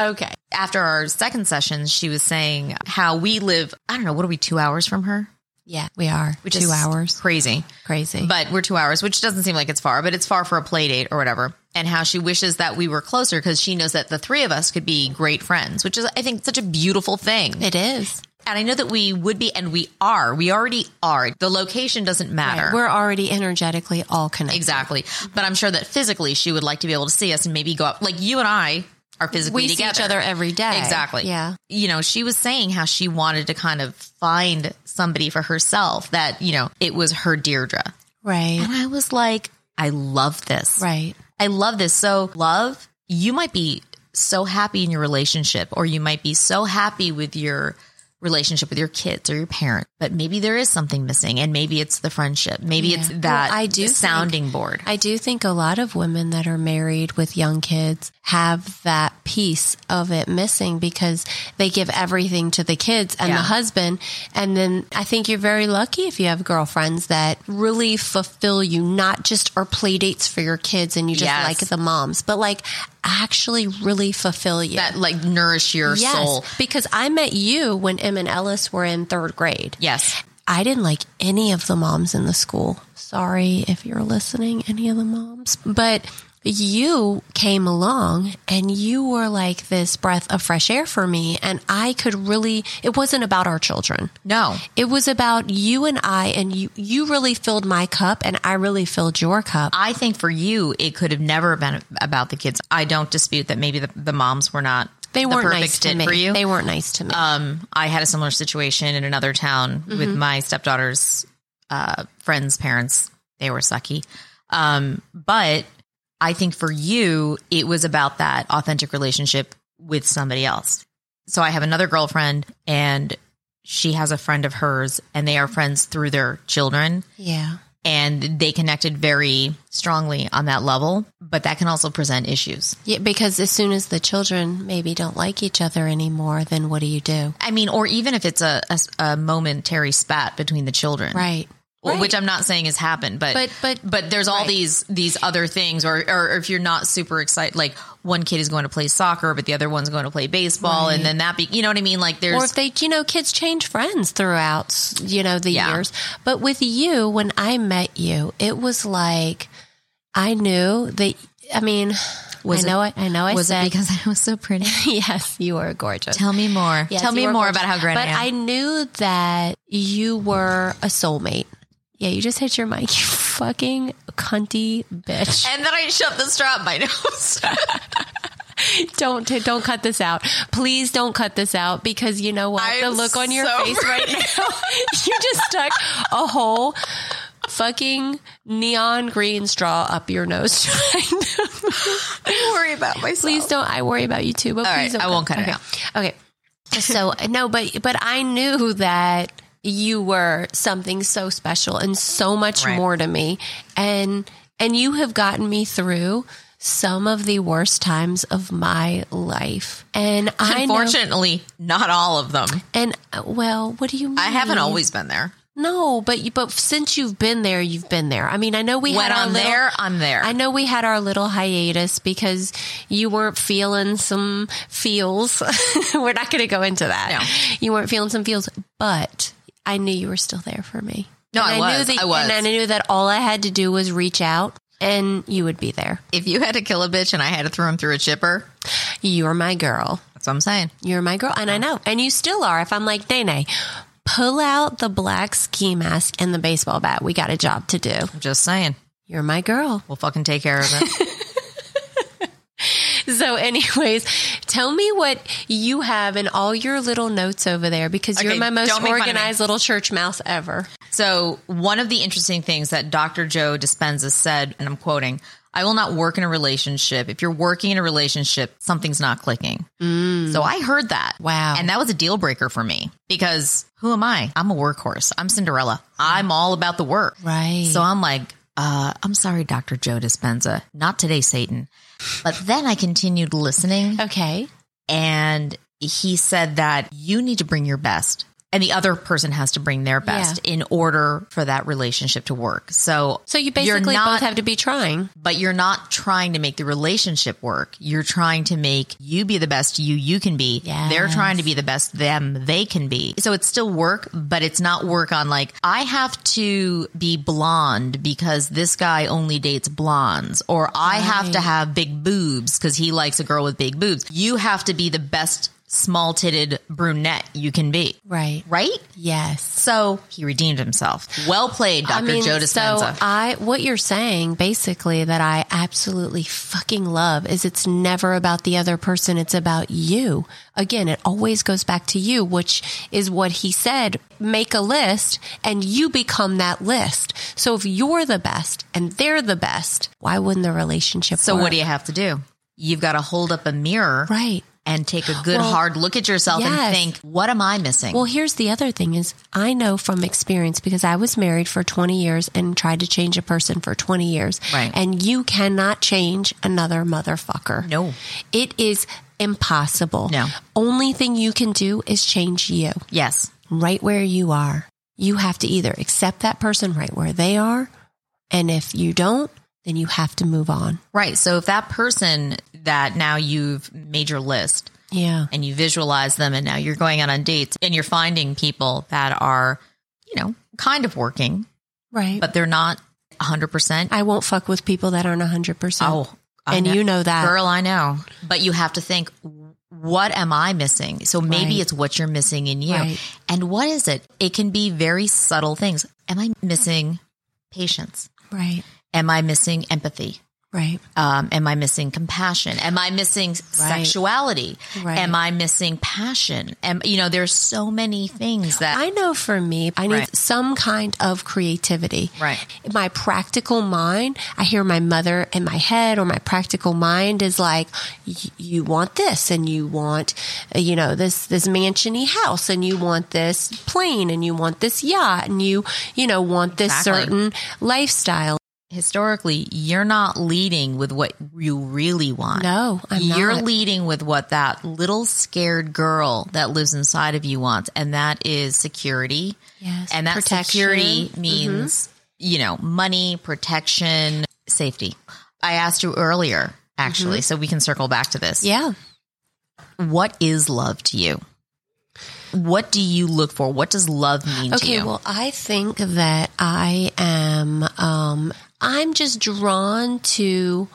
Speaker 2: okay,
Speaker 1: after our second session, she was saying how we live, I don't know, what are we, two hours from her?
Speaker 2: yeah, we are
Speaker 1: Which
Speaker 2: two
Speaker 1: is
Speaker 2: hours.
Speaker 1: Crazy.
Speaker 2: Crazy.
Speaker 1: But we're two hours, which doesn't seem like it's far, but it's far for a play date or whatever. And how she wishes that we were closer because she knows that the three of us could be great friends, which is, I think, such a beautiful thing.
Speaker 2: it is.
Speaker 1: And I know that we would be, and we are. We already are. The location doesn't matter.
Speaker 2: We're already energetically all connected.
Speaker 1: exactly. But I'm sure that physically she would like to be able to see us and maybe go up. Like you and I are physically
Speaker 2: We see
Speaker 1: together.
Speaker 2: each other every day.
Speaker 1: Exactly.
Speaker 2: Yeah.
Speaker 1: You know, she was saying how she wanted to kind of find somebody for herself that, you know, it was her Deirdre.
Speaker 2: Right.
Speaker 1: And I was like, I love this.
Speaker 2: Right.
Speaker 1: I love this. So, love, you might be so happy in your relationship, or you might be so happy with your relationship with your kids or your parent, but maybe there is something missing. And maybe it's the friendship. Maybe it's
Speaker 2: Well,
Speaker 1: that
Speaker 2: I do think-
Speaker 1: sounding board.
Speaker 2: I do think a lot of women that are married with young kids have that piece of it missing because they give everything to the kids and
Speaker 1: Yeah.
Speaker 2: the husband. And then I think you're very lucky if you have girlfriends that really fulfill you, not just are play dates for your kids and you just
Speaker 1: Yes.
Speaker 2: like the moms, but like actually really fulfill you.
Speaker 1: that like nourish your
Speaker 2: yes.
Speaker 1: soul.
Speaker 2: Because I met you when Em and Ellis were in third grade.
Speaker 1: Yes.
Speaker 2: I didn't like any of the moms in the school. Sorry if you're listening, any of the moms. But you came along and you were like this breath of fresh air for me. And I could really, it wasn't about our children.
Speaker 1: No.
Speaker 2: It was about you and I, and you, you really filled my cup and I really filled your cup.
Speaker 1: I think for you, it could have never been about the kids. I don't dispute that maybe the, the moms were not.
Speaker 2: They
Speaker 1: the
Speaker 2: weren't
Speaker 1: perfect
Speaker 2: nice to
Speaker 1: fit
Speaker 2: me.
Speaker 1: for you.
Speaker 2: They weren't nice to me.
Speaker 1: um, I had a similar situation in another town with
Speaker 2: Mm-hmm.
Speaker 1: my stepdaughter's uh, friends' parents. They were sucky. Um, but I think for you, it was about that authentic relationship with somebody else. So I have another girlfriend, and she has a friend of hers, and they are friends through their children
Speaker 2: yeah.
Speaker 1: and they connected very strongly on that level but that can also present issues
Speaker 2: Yeah, because as soon as the children maybe don't like each other anymore, then what do you do?
Speaker 1: i mean or even if it's a, a, a momentary spat between the children
Speaker 2: Right.
Speaker 1: Well, which i'm not saying has happened but
Speaker 2: But- but-
Speaker 1: there's all
Speaker 2: right.
Speaker 1: these these other things or, or if you're not super excited like one kid is going to play soccer but the other one's going to play baseball and then that be you know what i mean like
Speaker 2: or
Speaker 1: there's
Speaker 2: if they, you know, kids change friends throughout, you know, the
Speaker 1: Yeah.
Speaker 2: years. But with you, when I met you, it was like I knew that. I mean,
Speaker 1: Was
Speaker 2: I know, I, I know, I
Speaker 1: was
Speaker 2: said
Speaker 1: it
Speaker 2: (laughs)
Speaker 1: because i was so pretty
Speaker 2: yes, you are gorgeous.
Speaker 1: tell me more
Speaker 2: Yes,
Speaker 1: tell
Speaker 2: you
Speaker 1: me
Speaker 2: were
Speaker 1: more
Speaker 2: gorgeous.
Speaker 1: about how great
Speaker 2: But
Speaker 1: i am
Speaker 2: I knew that you were a soulmate. Yeah, you just hit your mic, (laughs) you fucking cunty bitch.
Speaker 1: and then i shoved the straw up my nose (laughs)
Speaker 2: don't don't cut this out. Please don't cut this out because you know what?
Speaker 1: I
Speaker 2: the
Speaker 1: am
Speaker 2: look on your
Speaker 1: so
Speaker 2: face (laughs) right now. you just stuck a whole fucking neon green straw up your
Speaker 1: (laughs)
Speaker 2: nose. (laughs)
Speaker 1: don't worry about myself
Speaker 2: please don't. I worry about you too, but
Speaker 1: All right,
Speaker 2: please don't
Speaker 1: I won't cut it
Speaker 2: okay. Okay. So no, but but I knew that you were something so special and so much
Speaker 1: Right.
Speaker 2: more to me, and and you have gotten me through some of the worst times of my life, and I know,
Speaker 1: Unfortunately, not all of them.
Speaker 2: and uh, well, what do you mean?
Speaker 1: I haven't always been there.
Speaker 2: no, but you, but since you've been there, you've been there. I mean, I know we
Speaker 1: When
Speaker 2: had our
Speaker 1: I'm
Speaker 2: little-
Speaker 1: there, I'm there.
Speaker 2: I know we had our little hiatus because you weren't feeling some feels. (laughs) We're not going to go into that.
Speaker 1: No.
Speaker 2: You weren't feeling some feels, but I knew you were still there for me.
Speaker 1: No, I
Speaker 2: Knew
Speaker 1: was.
Speaker 2: that,
Speaker 1: I was.
Speaker 2: And I knew that all I had to do was reach out and you would be there.
Speaker 1: if you had to kill a bitch and I had to throw him through a chipper,
Speaker 2: You're my girl.
Speaker 1: that's what I'm saying.
Speaker 2: You're my girl. And I know. And you still are. If I'm like, Dana, pull out the black ski mask and the baseball bat. We got a job to do.
Speaker 1: I'm just saying.
Speaker 2: You're my girl.
Speaker 1: We'll fucking take care of
Speaker 2: (laughs)
Speaker 1: it.
Speaker 2: So, anyways, tell me what you have in all your little notes over there because you're
Speaker 1: Okay,
Speaker 2: my most
Speaker 1: don't make fun of me.
Speaker 2: organized little church mouse ever.
Speaker 1: so, one of the interesting things that Dr. Joe Dispenza said, and I'm quoting, I will not work in a relationship. If you're working in a relationship, something's not clicking. So I heard that.
Speaker 2: Mm. Wow.
Speaker 1: And that was a deal breaker for me because who am I? I'm a workhorse. I'm Cinderella. I'm all about the work.
Speaker 2: Right.
Speaker 1: So I'm like, uh, I'm sorry, Dr. Joe Dispenza. Not today, Satan. But then I continued listening
Speaker 2: Okay.
Speaker 1: and he said that you need to bring your best and the other person has to bring their best in order for that relationship to work. So,
Speaker 2: So you
Speaker 1: You're
Speaker 2: basically
Speaker 1: not-
Speaker 2: both have to be trying.
Speaker 1: but you're not trying to make the relationship work. You're trying to make you be the best you you can be.
Speaker 2: Yes.
Speaker 1: They're trying to be the best them they can be. So it's still work, but it's not work on like I have to be blonde because this guy only dates blondes or I have to have big boobs cuz he likes a girl with big boobs. You have to be the best small-titted brunette you can be.
Speaker 2: Right.
Speaker 1: Right?
Speaker 2: Yes.
Speaker 1: So he redeemed himself. Well played, Dr. Joe Dispenza.
Speaker 2: So I what you're saying basically that I absolutely fucking love is it's never about the other person, it's about you. Again, it always goes back to you, which is what he said, make a list and you become that list. So if you're the best and they're the best, why wouldn't the relationship
Speaker 1: So
Speaker 2: work?
Speaker 1: what do you have to do? You've got to hold up a mirror
Speaker 2: Right.
Speaker 1: and take a good
Speaker 2: Well,
Speaker 1: hard look at yourself
Speaker 2: yes.
Speaker 1: and think, what am I missing?
Speaker 2: Well, here's the other thing is I know from experience because I was married for 20 years and tried to change a person for 20 years.
Speaker 1: Right.
Speaker 2: And you cannot change another motherfucker.
Speaker 1: No.
Speaker 2: It is impossible.
Speaker 1: No.
Speaker 2: Only thing you can do is change you
Speaker 1: yes.
Speaker 2: right where you are. You have to either accept that person right where they are. And if you don't, then you have to move on.
Speaker 1: Right. So if that person that now you've made your list
Speaker 2: Yeah.
Speaker 1: and you visualize them and now you're going out on dates and you're finding people that are, you know, kind of working,
Speaker 2: Right. But
Speaker 1: but they're not 100%.
Speaker 2: I won't fuck with people that aren't 100%.
Speaker 1: oh, I
Speaker 2: and you know that.
Speaker 1: Girl, I know. But you have to think, what am I missing? So maybe
Speaker 2: Right.
Speaker 1: it's what you're missing in you.
Speaker 2: Right.
Speaker 1: And what is it? It can be very subtle things. Am I missing patience?
Speaker 2: Right.
Speaker 1: Am I missing empathy?
Speaker 2: Right.
Speaker 1: Um, am I missing compassion? Am I missing sexuality?
Speaker 2: Right.
Speaker 1: Am I missing passion? Am, you know, there's so many things that
Speaker 2: I know for me, I need
Speaker 1: Right.
Speaker 2: some kind of creativity.
Speaker 1: Right.
Speaker 2: My practical mind, I hear my mother in my head, or my practical mind is like, y- you want this, and you want, uh, you know, this this mansiony house, and you want this plane, and you want this yacht, and you, you know, want this
Speaker 1: Exactly.
Speaker 2: certain lifestyle.
Speaker 1: historically you're not leading with what you really want.
Speaker 2: No, I'm
Speaker 1: you're
Speaker 2: not.
Speaker 1: leading with what that little scared girl that lives inside of you wants, and that is security.
Speaker 2: Yes,
Speaker 1: And that
Speaker 2: protection. Mm-hmm.
Speaker 1: security means, you know, money, protection, safety. I asked you earlier, actually, so we can circle back to this.
Speaker 2: Mm-hmm. Yeah.
Speaker 1: What is love to you? What do you look for? What does love mean to
Speaker 2: Okay,
Speaker 1: you?
Speaker 2: well, I think that I am. Um, I'm just drawn to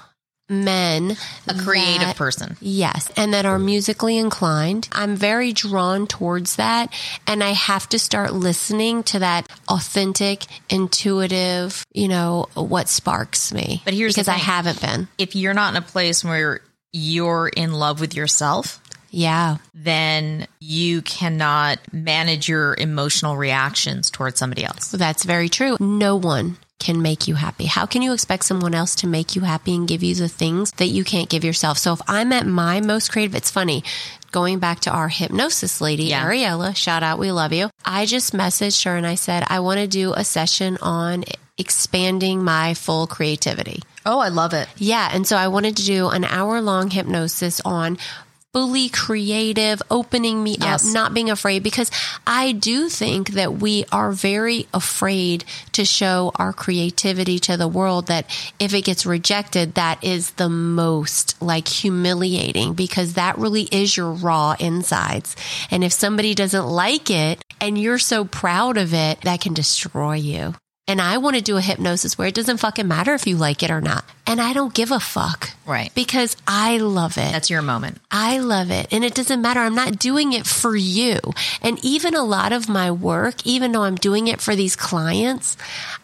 Speaker 2: men,
Speaker 1: a creative
Speaker 2: that-
Speaker 1: person.
Speaker 2: Yes, and that are musically inclined. I'm very drawn towards that, and I have to start listening to that authentic, intuitive. You know what sparks me.
Speaker 1: But here's the
Speaker 2: because I
Speaker 1: thing.
Speaker 2: haven't been.
Speaker 1: If you're not in a place where you're in love with yourself,
Speaker 2: Yeah,
Speaker 1: then you cannot manage your emotional reactions towards somebody else.
Speaker 2: that's very true. No one can make you happy. How can you expect someone else to make you happy and give you the things that you can't give yourself? So if I'm at my most creative, it's funny. Going back to our hypnosis lady,
Speaker 1: Yeah.
Speaker 2: Ariella, shout out, we love you. I just messaged her and I said, I want to do a session on expanding my full creativity.
Speaker 1: Oh, I love it.
Speaker 2: Yeah. And so I wanted to do an hour long hypnosis on fully creative, opening me
Speaker 1: Yes.
Speaker 2: up, not being afraid, because I do think that we are very afraid to show our creativity to the world. That if it gets rejected, that is the most like humiliating because that really is your raw insides. And if somebody doesn't like it and you're so proud of it, that can destroy you. And I want to do a hypnosis where it doesn't fucking matter if you like it or not. And I don't give a fuck.
Speaker 1: Right.
Speaker 2: Because I love it.
Speaker 1: That's your moment.
Speaker 2: I love it. And it doesn't matter. I'm not doing it for you. And even a lot of my work, even though I'm doing it for these clients,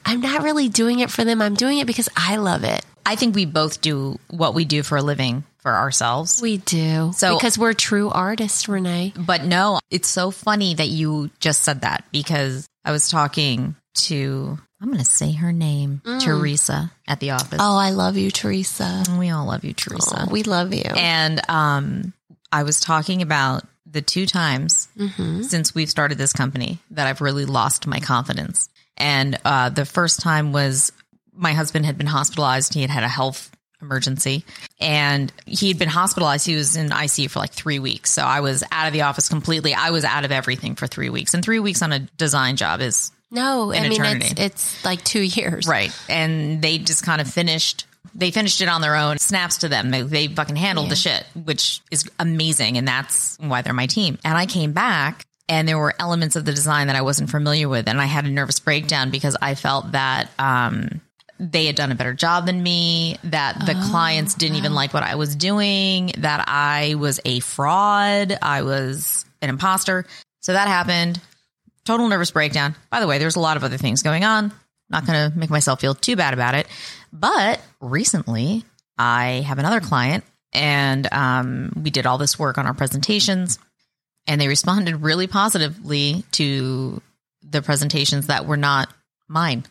Speaker 2: I'm not really doing it for them. I'm doing it because I love it.
Speaker 1: I think we both do what we do for a living for ourselves.
Speaker 2: We do.
Speaker 1: So-
Speaker 2: because we're true artists, Renee.
Speaker 1: But no, it's so funny that you just said that because I was talking to, I'm going to say her name, Teresa at the office.
Speaker 2: Oh, I love you, Teresa.
Speaker 1: We all love you, Teresa.
Speaker 2: Oh, we love you.
Speaker 1: and um, I was talking about the two times
Speaker 2: hmm
Speaker 1: since we've started this company that I've really lost my confidence. And uh, the first time was my husband had been hospitalized. He had had a health emergency and he had been hospitalized. He was in ICU for like three weeks. So I was out of the office completely. I was out of everything for three weeks. And three weeks on a design job is
Speaker 2: No, I mean, it's,
Speaker 1: eternity.
Speaker 2: it's like two years.
Speaker 1: Right. And they just kind of finished. They finished it on their own. Snaps to them. They, they fucking handled the shit, which is amazing. And that's why they're my team. And I came back and there were elements of the design that I wasn't familiar with. And I had a nervous breakdown because I felt that, um, they had done a better job than me, that the clients didn't even like what I was doing, that I was a fraud, I was an imposter. So that happened total nervous breakdown. By the way, there's a lot of other things going on. Not going to make myself feel too bad about it. But recently, I have another client and um, we did all this work on our presentations and they responded really positively to the presentations that were not mine.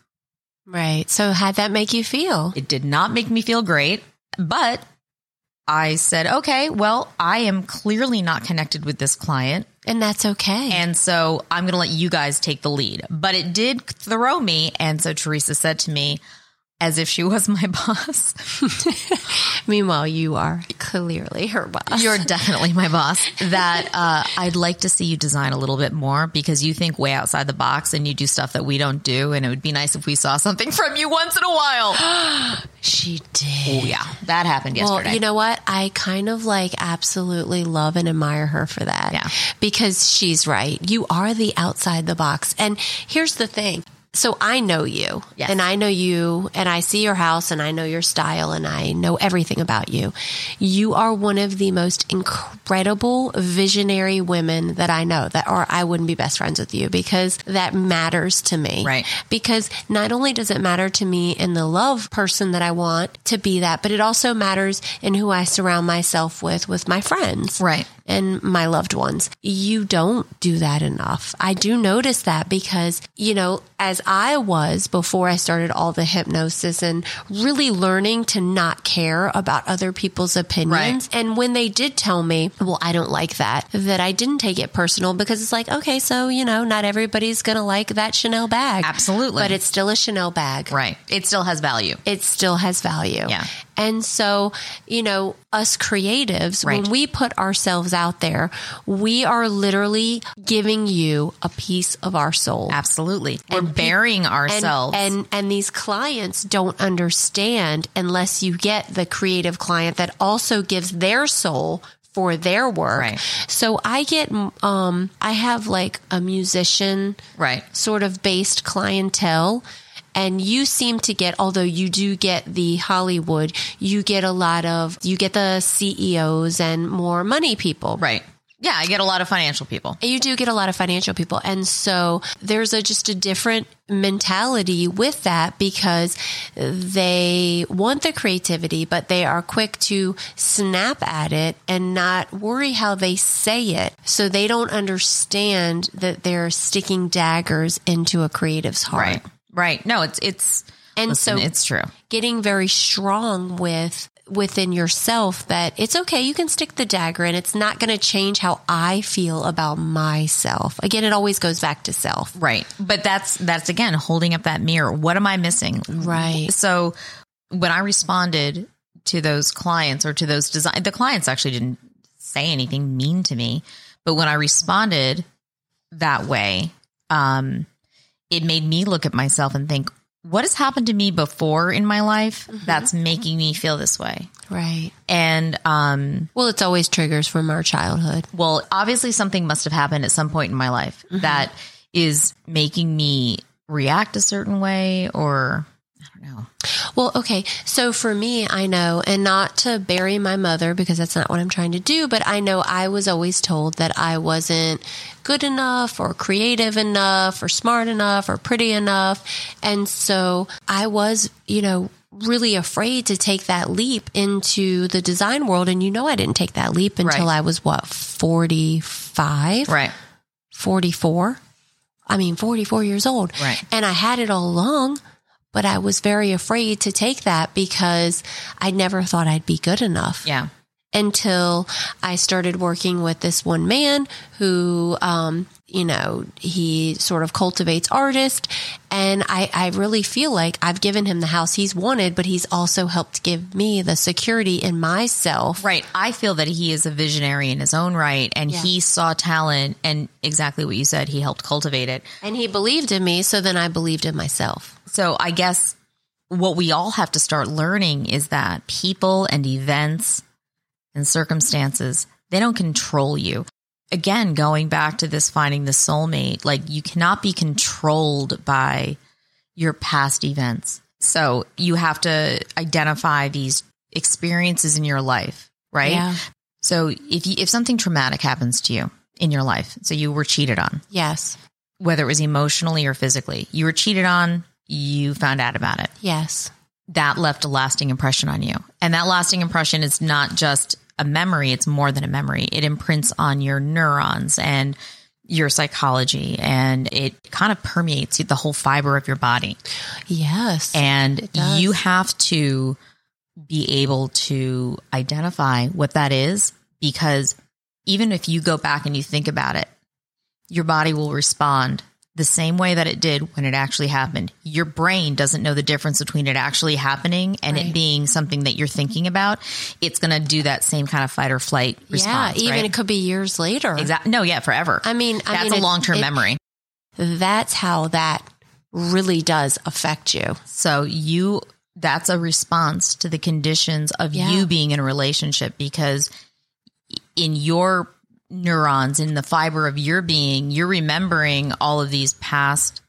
Speaker 2: Right. So how'd that make you feel?
Speaker 1: It did not make me feel great, but I said, okay, well, I am clearly not connected with this client.
Speaker 2: And that's okay.
Speaker 1: And so I'm going to let you guys take the lead. But it did throw me. And so Teresa said to me, as if she was my (laughs) boss,
Speaker 2: Meanwhile, you are clearly her boss.
Speaker 1: you're definitely my boss, that uh, I'd like to see you design a little bit more because you think way outside the box and you do stuff that we don't do. And it would be nice if we saw something from you once in a while.
Speaker 2: (gasps)
Speaker 1: oh,
Speaker 2: she did.
Speaker 1: yeah. That happened yesterday.
Speaker 2: Well, you know what? I kind of like absolutely love and admire her for that.
Speaker 1: Yeah.
Speaker 2: Because she's right. You are the outside the box. And here's the thing So I know you
Speaker 1: Yes.
Speaker 2: and I know you and I see your house and I know your style and I know everything about you. You are one of the most incredible visionary women that I know that or I wouldn't be best friends with you because that matters to me.
Speaker 1: Right.
Speaker 2: Because not only does it matter to me in the love person that I want to be that, but it also matters in who I surround myself with, with my friends
Speaker 1: Right.
Speaker 2: and my loved ones. You don't do that enough. I do notice that because, you know, as I was before I started all the hypnosis and really learning to not care about other people's opinions. And when they did tell me, well, I don't like that, that I didn't take it personal because it's like, okay, so, you know, not everybody's going to like that Chanel bag.
Speaker 1: Absolutely.
Speaker 2: But it's still a Chanel bag
Speaker 1: Right. It still has value.
Speaker 2: it still has value.
Speaker 1: Yeah.
Speaker 2: And so, you know, us creatives,
Speaker 1: Right.
Speaker 2: when we put ourselves out there, we are literally giving you a piece of our soul.
Speaker 1: Absolutely. We're
Speaker 2: And pe-
Speaker 1: burying
Speaker 2: And,
Speaker 1: ourselves.
Speaker 2: and and these clients don't understand unless you get the creative client that also gives their soul for their work.
Speaker 1: Right.
Speaker 2: So I get um I have like a musician
Speaker 1: right.
Speaker 2: sort of based clientele. And you seem to get, although you do get the Hollywood, you get a lot of, you get the CEOs and more money people.
Speaker 1: Right. Yeah, I get a lot of financial people.
Speaker 2: You do get a lot of financial people. And so there's a just a different mentality with that because they want the creativity, but they are quick to snap at it and not worry how they say it. So they don't understand that they're sticking daggers into a creative's heart.
Speaker 1: Right. Right. No, it's it's
Speaker 2: And
Speaker 1: listen,
Speaker 2: so
Speaker 1: it's true.
Speaker 2: getting very strong with within yourself that it's okay you can stick the dagger in it's not going to change how i feel about myself again it always goes back to self
Speaker 1: Right. But that's that's again holding up that mirror. What am I missing?
Speaker 2: right
Speaker 1: So when I responded to those clients or to those design, the clients actually didn't say anything mean to me, but when I responded that way, um, it made me look at myself and think, what has happened to me before in my life that's making me feel this way?
Speaker 2: right
Speaker 1: And um,
Speaker 2: well it's always triggers from our childhood
Speaker 1: well, obviously something must have happened at some point in my life that is making me react a certain way or I don't know.
Speaker 2: Well, okay. So for me, I know, and not to bury my mother because that's not what I'm trying to do, but I know I was always told that I wasn't good enough or creative enough or smart enough or pretty enough. And so I was, you know, really afraid to take that leap into the design world. And you know, I didn't take that leap until
Speaker 1: Right.
Speaker 2: I was what, 45?
Speaker 1: Right.
Speaker 2: 44. I mean, 44 years old.
Speaker 1: Right.
Speaker 2: And I had it all along, but I was very afraid to take that because I never thought I'd be good enough
Speaker 1: Yeah.
Speaker 2: until I started working with this one man who, um, you know, he sort of cultivates artists. And I, I really feel like I've given him the house he's wanted, but he's also helped give me the security in myself.
Speaker 1: Right. I feel that he is a visionary in his own right and
Speaker 2: Yeah.
Speaker 1: he saw talent and exactly what you said, he helped cultivate it.
Speaker 2: And he believed in me. So then I believed in myself.
Speaker 1: So I guess what we all have to start learning is that people and events and circumstances, they don't control you. Again, going back to this finding the soulmate, like you cannot be controlled by your past events. So you have to identify these experiences in your life, right?
Speaker 2: Yeah.
Speaker 1: So if you, if something traumatic happens to you in your life, so you were cheated on,
Speaker 2: Yes.
Speaker 1: whether it was emotionally or physically. You were cheated on, you found out about it.
Speaker 2: Yes.
Speaker 1: That left a lasting impression on you. And that lasting impression is not just a memory, it's more than a memory. It imprints on your neurons and your psychology, and it kind of permeates the whole fiber of your body.
Speaker 2: Yes.
Speaker 1: And
Speaker 2: does.
Speaker 1: you have to be able to identify what that is because even if you go back and you think about it, your body will respond the same way that it did when it actually happened. Your brain doesn't know the difference between it actually happening and
Speaker 2: Right.
Speaker 1: it being something that you're thinking about. It's going to do that same kind of fight or flight response.
Speaker 2: yeah, even
Speaker 1: right?
Speaker 2: it could be years later.
Speaker 1: Exact- No, yeah, forever.
Speaker 2: I mean, I
Speaker 1: that's
Speaker 2: mean,
Speaker 1: a
Speaker 2: it-
Speaker 1: long term
Speaker 2: it-
Speaker 1: memory.
Speaker 2: That's how that really does affect you.
Speaker 1: So you that's a response to the conditions of
Speaker 2: Yeah.
Speaker 1: you being in a relationship because in your neurons in the fiber of your being you're remembering all of these past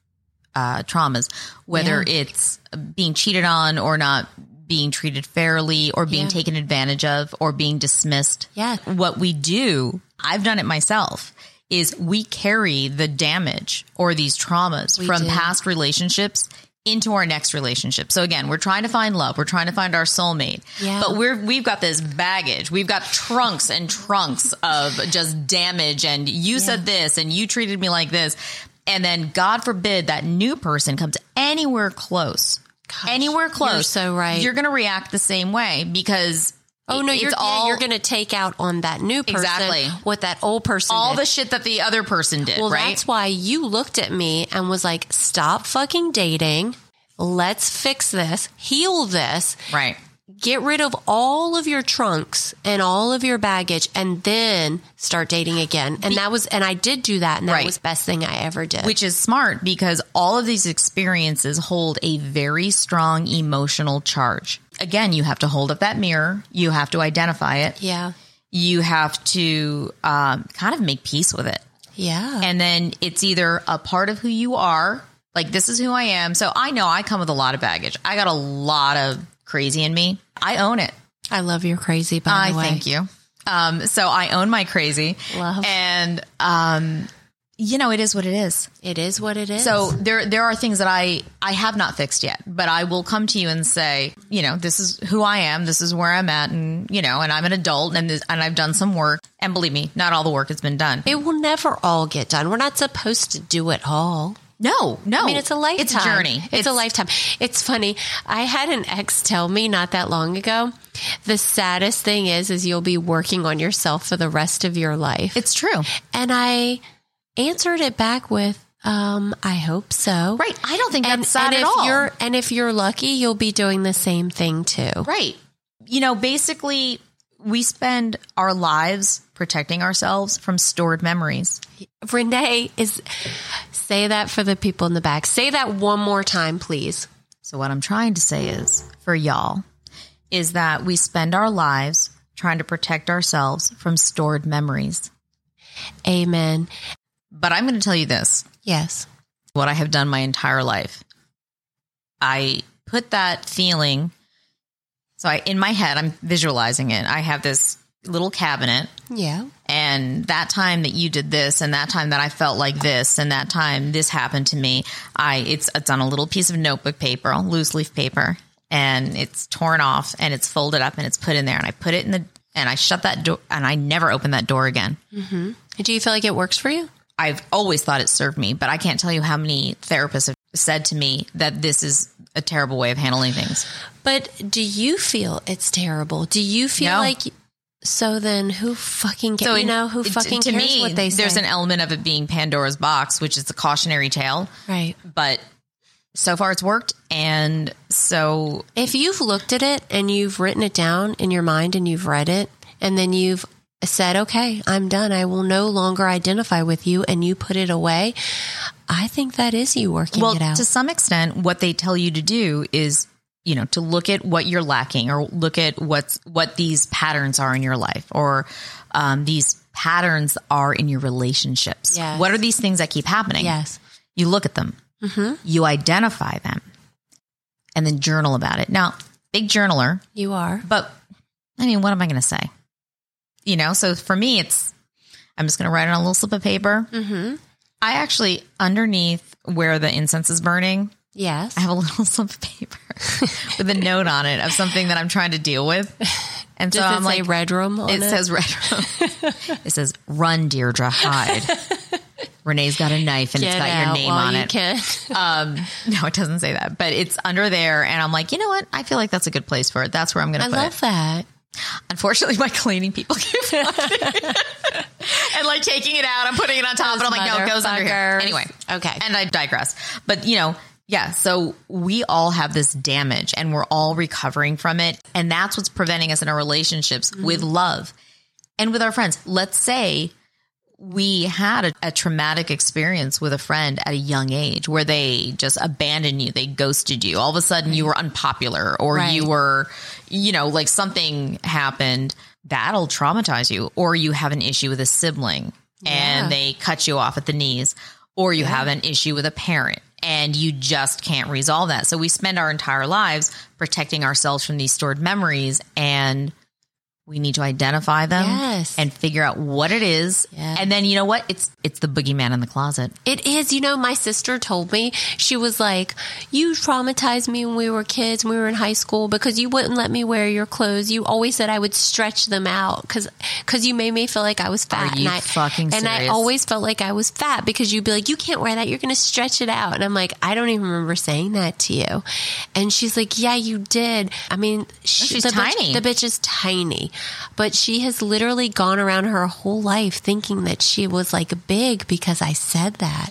Speaker 1: uh, traumas, whether it's being cheated on or not being treated fairly or being
Speaker 2: Yeah.
Speaker 1: taken advantage of or being dismissed.
Speaker 2: Yeah.
Speaker 1: What we do, I've done it myself, is we carry the damage or these traumas from
Speaker 2: do.
Speaker 1: past relationships into our next relationship. So again, we're trying to find love, we're trying to find our soulmate.
Speaker 2: Yeah.
Speaker 1: But we're we've got this baggage. We've got trunks and trunks of just damage and you said this and you treated me like this. And then God forbid that new person comes anywhere close. anywhere close.
Speaker 2: so right.
Speaker 1: You're going to react the same way because
Speaker 2: Oh no,
Speaker 1: it's
Speaker 2: you're yeah,
Speaker 1: all
Speaker 2: you're going to take out on that new person
Speaker 1: Exactly.
Speaker 2: what that old person
Speaker 1: all
Speaker 2: did.
Speaker 1: the shit that the other person did,
Speaker 2: well,
Speaker 1: right?
Speaker 2: that's why you looked at me and was like, "Stop fucking dating. Let's fix this. Heal this.
Speaker 1: right.
Speaker 2: Get rid of all of your trunks and all of your baggage and then start dating again." And that was and I did do that and that
Speaker 1: Right.
Speaker 2: was the best thing I ever did.
Speaker 1: Which is smart because all of these experiences hold a very strong emotional charge. Again, you have to hold up that mirror. You have to identify it.
Speaker 2: yeah.
Speaker 1: You have to um, kind of make peace with it.
Speaker 2: Yeah.
Speaker 1: And then it's either a part of who you are, like this is who I am. So I know I come with a lot of baggage. I got a lot of crazy in me. I own it.
Speaker 2: I love your crazy by
Speaker 1: I
Speaker 2: the way.
Speaker 1: thank you. Um, so I own my crazy.
Speaker 2: Love.
Speaker 1: And um, you know, it is what it is.
Speaker 2: It is what it is.
Speaker 1: So there there are things that I I have not fixed yet, but I will come to you and say, you know, this is who I am, this is where I'm at, and you know, and I'm an adult, and this, and I've done some work, and believe me, not all the work has been done.
Speaker 2: it will never all get done. We're not supposed to do it all.
Speaker 1: No, no,
Speaker 2: I mean, it's a lifetime.
Speaker 1: Oh, it's a journey,
Speaker 2: It's, a lifetime. It's funny. I had an ex tell me not that long ago. The saddest thing is, is you'll be working on yourself for the rest of your life.
Speaker 1: It's true,
Speaker 2: And I answered it back with, um, "I hope so."
Speaker 1: right? I don't think
Speaker 2: And,
Speaker 1: that's sad
Speaker 2: and
Speaker 1: at
Speaker 2: if
Speaker 1: all.
Speaker 2: you're and if you're lucky, you'll be doing the same thing too.
Speaker 1: Right. You know, basically, we spend our lives protecting ourselves from stored memories.
Speaker 2: Renee is. Say that for the people in the back. Say that one more time, please.
Speaker 1: So, what I'm trying to say is for y'all, is that we spend our lives trying to protect ourselves from stored memories.
Speaker 2: Amen.
Speaker 1: But I'm going to tell you this
Speaker 2: Yes.
Speaker 1: what I have done my entire life. I put that feeling. So, I, in my head, I'm visualizing it. I have this little cabinet
Speaker 2: Yeah.
Speaker 1: and that time that you did this and that time that I felt like this and that time this happened to me I it's it's on a little piece of notebook paper loose leaf paper and it's torn off and it's folded up and it's put in there and I put it in the and I shut that door and I never open that door again
Speaker 2: Do you feel like it works for you?
Speaker 1: I've always thought it served me but I can't tell you how many therapists have said to me that this is a terrible way of handling things
Speaker 2: But do you feel it's terrible? Do you feel
Speaker 1: No.
Speaker 2: like so? Then who fucking ca- you
Speaker 1: in-
Speaker 2: know who
Speaker 1: t-
Speaker 2: fucking
Speaker 1: to
Speaker 2: cares
Speaker 1: me
Speaker 2: what they
Speaker 1: there's
Speaker 2: say?
Speaker 1: an element of it being Pandora's box which is a cautionary tale
Speaker 2: right.
Speaker 1: but so far it's worked and so
Speaker 2: If you've looked at it and you've written it down in your mind and you've read it and then you've said, "Okay, I'm done. I will no longer identify with you," and you put it away, I think that is you working
Speaker 1: well
Speaker 2: it out.
Speaker 1: to some extent what they tell you to do is you know to look at what you're lacking or look at what's what these patterns are in your life or um, these patterns are in your relationships
Speaker 2: Yes.
Speaker 1: what are these things that keep happening
Speaker 2: yes.
Speaker 1: you look at them
Speaker 2: Mm-hmm.
Speaker 1: you identify them and then journal about it now big journaler
Speaker 2: You are.
Speaker 1: but I mean, what am I going to say? You know, so for me, it's I'm just going to write it on a little slip of paper. Mm-hmm. I actually, underneath where the incense is burning,
Speaker 2: Yes.
Speaker 1: I have a (laughs) little slip of
Speaker 2: (laughs)
Speaker 1: paper with a note on it of something that I'm trying to deal with. And so
Speaker 2: Does it
Speaker 1: I'm
Speaker 2: say
Speaker 1: like,
Speaker 2: red room on
Speaker 1: it says red room. it says, run, Deirdre,
Speaker 2: (laughs)
Speaker 1: hide. Renee's got a knife and
Speaker 2: Get
Speaker 1: it's got your
Speaker 2: out
Speaker 1: name
Speaker 2: while
Speaker 1: on
Speaker 2: you
Speaker 1: it. (laughs)
Speaker 2: can.
Speaker 1: Um, no, it doesn't say that, but it's under there. And I'm like, you know what? I feel like that's a good place for it. That's where I'm going to
Speaker 2: I
Speaker 1: put it.
Speaker 2: love that.
Speaker 1: (laughs) Unfortunately, my cleaning people
Speaker 2: (laughs)
Speaker 1: keep finding it. and like taking it out and putting it on top, but I'm like, no, it goes under here.
Speaker 2: Motherfuckers.
Speaker 1: Anyway,
Speaker 2: Okay.
Speaker 1: and I digress. But you know, yeah. So we all have this damage, and we're all recovering from it, and that's what's preventing us in our relationships
Speaker 2: Mm-hmm.
Speaker 1: with love and with our friends. Let's say we had a, a traumatic experience with a friend at a young age where they just abandoned you, they ghosted you. All of a sudden, you were unpopular, or
Speaker 2: Right.
Speaker 1: you were, you know, like something happened that'll traumatize you, or you have an issue with a sibling and they cut you off at the knees, or you have an issue with a parent and you just can't resolve that. So we spend our entire lives protecting ourselves from these stored memories and we need to identify them
Speaker 2: Yes.
Speaker 1: and figure out what it is.
Speaker 2: Yeah.
Speaker 1: And then you know what? It's it's the boogeyman in the closet.
Speaker 2: It is. You know, my sister told me, she was like, You traumatized me when we were kids, when we were in high school, because you wouldn't let me wear your clothes. You always said I would stretch them out because you made me feel like I was fat.
Speaker 1: Are you
Speaker 2: and I,
Speaker 1: fucking
Speaker 2: And I
Speaker 1: serious?
Speaker 2: always felt like I was fat because you'd be like, You can't wear that. You're going to stretch it out. And I'm like, I don't even remember saying that to you. And she's like, Yeah, you did. I mean, she,
Speaker 1: she's
Speaker 2: the
Speaker 1: tiny.
Speaker 2: Bitch, the bitch is tiny, but she has literally gone around her whole life thinking that she was like big because I said that.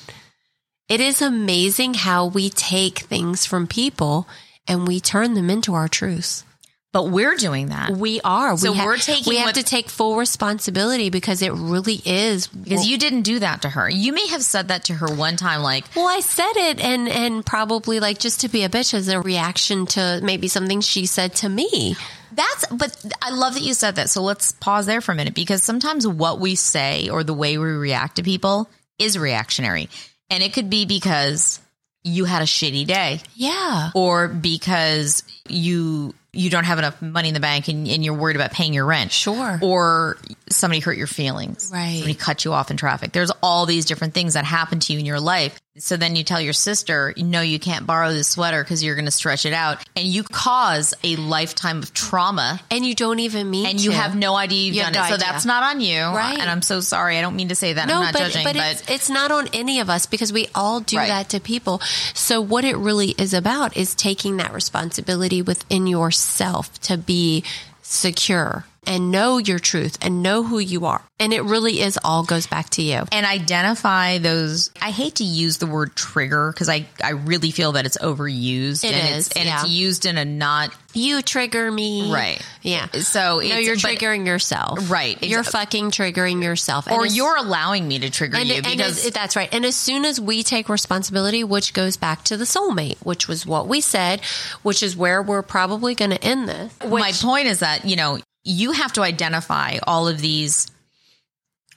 Speaker 2: It is amazing how we take things from people and we turn them into our truths.
Speaker 1: But we're doing that.
Speaker 2: We are.
Speaker 1: So
Speaker 2: we ha-
Speaker 1: we're taking
Speaker 2: We have
Speaker 1: what-
Speaker 2: to take full responsibility because it really is.
Speaker 1: Because you didn't do that to her. You may have said that to her one time, like,
Speaker 2: Well, I said it, and and probably like just to be a bitch as a reaction to maybe something she said to me.
Speaker 1: That's, but I love that you said that. So let's pause there for a minute because sometimes what we say or the way we react to people is reactionary. And it could be because you had a shitty day
Speaker 2: Yeah,
Speaker 1: or because you you don't have enough money in the bank and, and you're worried about paying your rent
Speaker 2: Sure.
Speaker 1: or somebody hurt your feelings
Speaker 2: Right.
Speaker 1: somebody cut you off in traffic there's all these different things that happen to you in your life so then you tell your sister no you can't borrow this sweater because you're going to stretch it out and you cause a lifetime of trauma
Speaker 2: and you don't even mean
Speaker 1: and you
Speaker 2: to.
Speaker 1: have no idea you've
Speaker 2: You
Speaker 1: done
Speaker 2: have
Speaker 1: it
Speaker 2: no
Speaker 1: so
Speaker 2: idea.
Speaker 1: that's not on you
Speaker 2: Right.
Speaker 1: and i'm so sorry i don't mean to say that i'm not judging but,
Speaker 2: it's, it's not on any of us because we all do
Speaker 1: Right.
Speaker 2: that to people. So what it really is about is taking that responsibility within yourself to be secure and know your truth and know who you are. And it really is all goes back to you.
Speaker 1: and identify those i hate to use the word trigger because I, I really feel that it's overused
Speaker 2: It
Speaker 1: and
Speaker 2: is,
Speaker 1: it's and
Speaker 2: yeah.
Speaker 1: it's used in a not
Speaker 2: You trigger me.
Speaker 1: Right.
Speaker 2: Yeah.
Speaker 1: So
Speaker 2: no,
Speaker 1: it's-
Speaker 2: you're
Speaker 1: but-
Speaker 2: triggering yourself.
Speaker 1: Right.
Speaker 2: You're fucking triggering yourself. And
Speaker 1: or
Speaker 2: it's-
Speaker 1: you're allowing me to trigger
Speaker 2: And,
Speaker 1: you
Speaker 2: and
Speaker 1: because
Speaker 2: as- that's right. And as soon as we take responsibility, which goes back to the soulmate, which was what we said, which is where we're probably going to end this.
Speaker 1: my point is that you know you have to identify all of these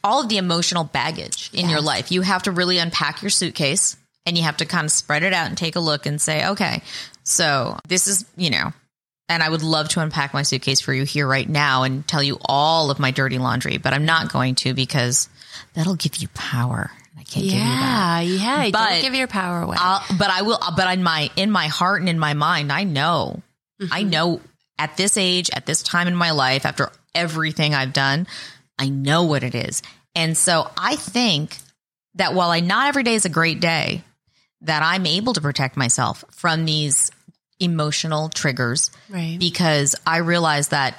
Speaker 1: all of the emotional baggage in your
Speaker 2: Yes.
Speaker 1: life you have to really unpack your suitcase and you have to kind of spread it out and take a look and say okay so this is you know and I would love to unpack my suitcase for you here right now and tell you all of my dirty laundry, but I'm not going to because that'll give you power. I can't give you that.
Speaker 2: yeah, yeah.
Speaker 1: But-
Speaker 2: don't give your power away.
Speaker 1: I'll, but I will. But in my in my heart and in my mind, I know, I know. At this age, at this time in my life, after everything I've done, I know what it is. And so I think that while I not every day is a great day, that I'm able to protect myself from these emotional triggers
Speaker 2: right.
Speaker 1: because I realize that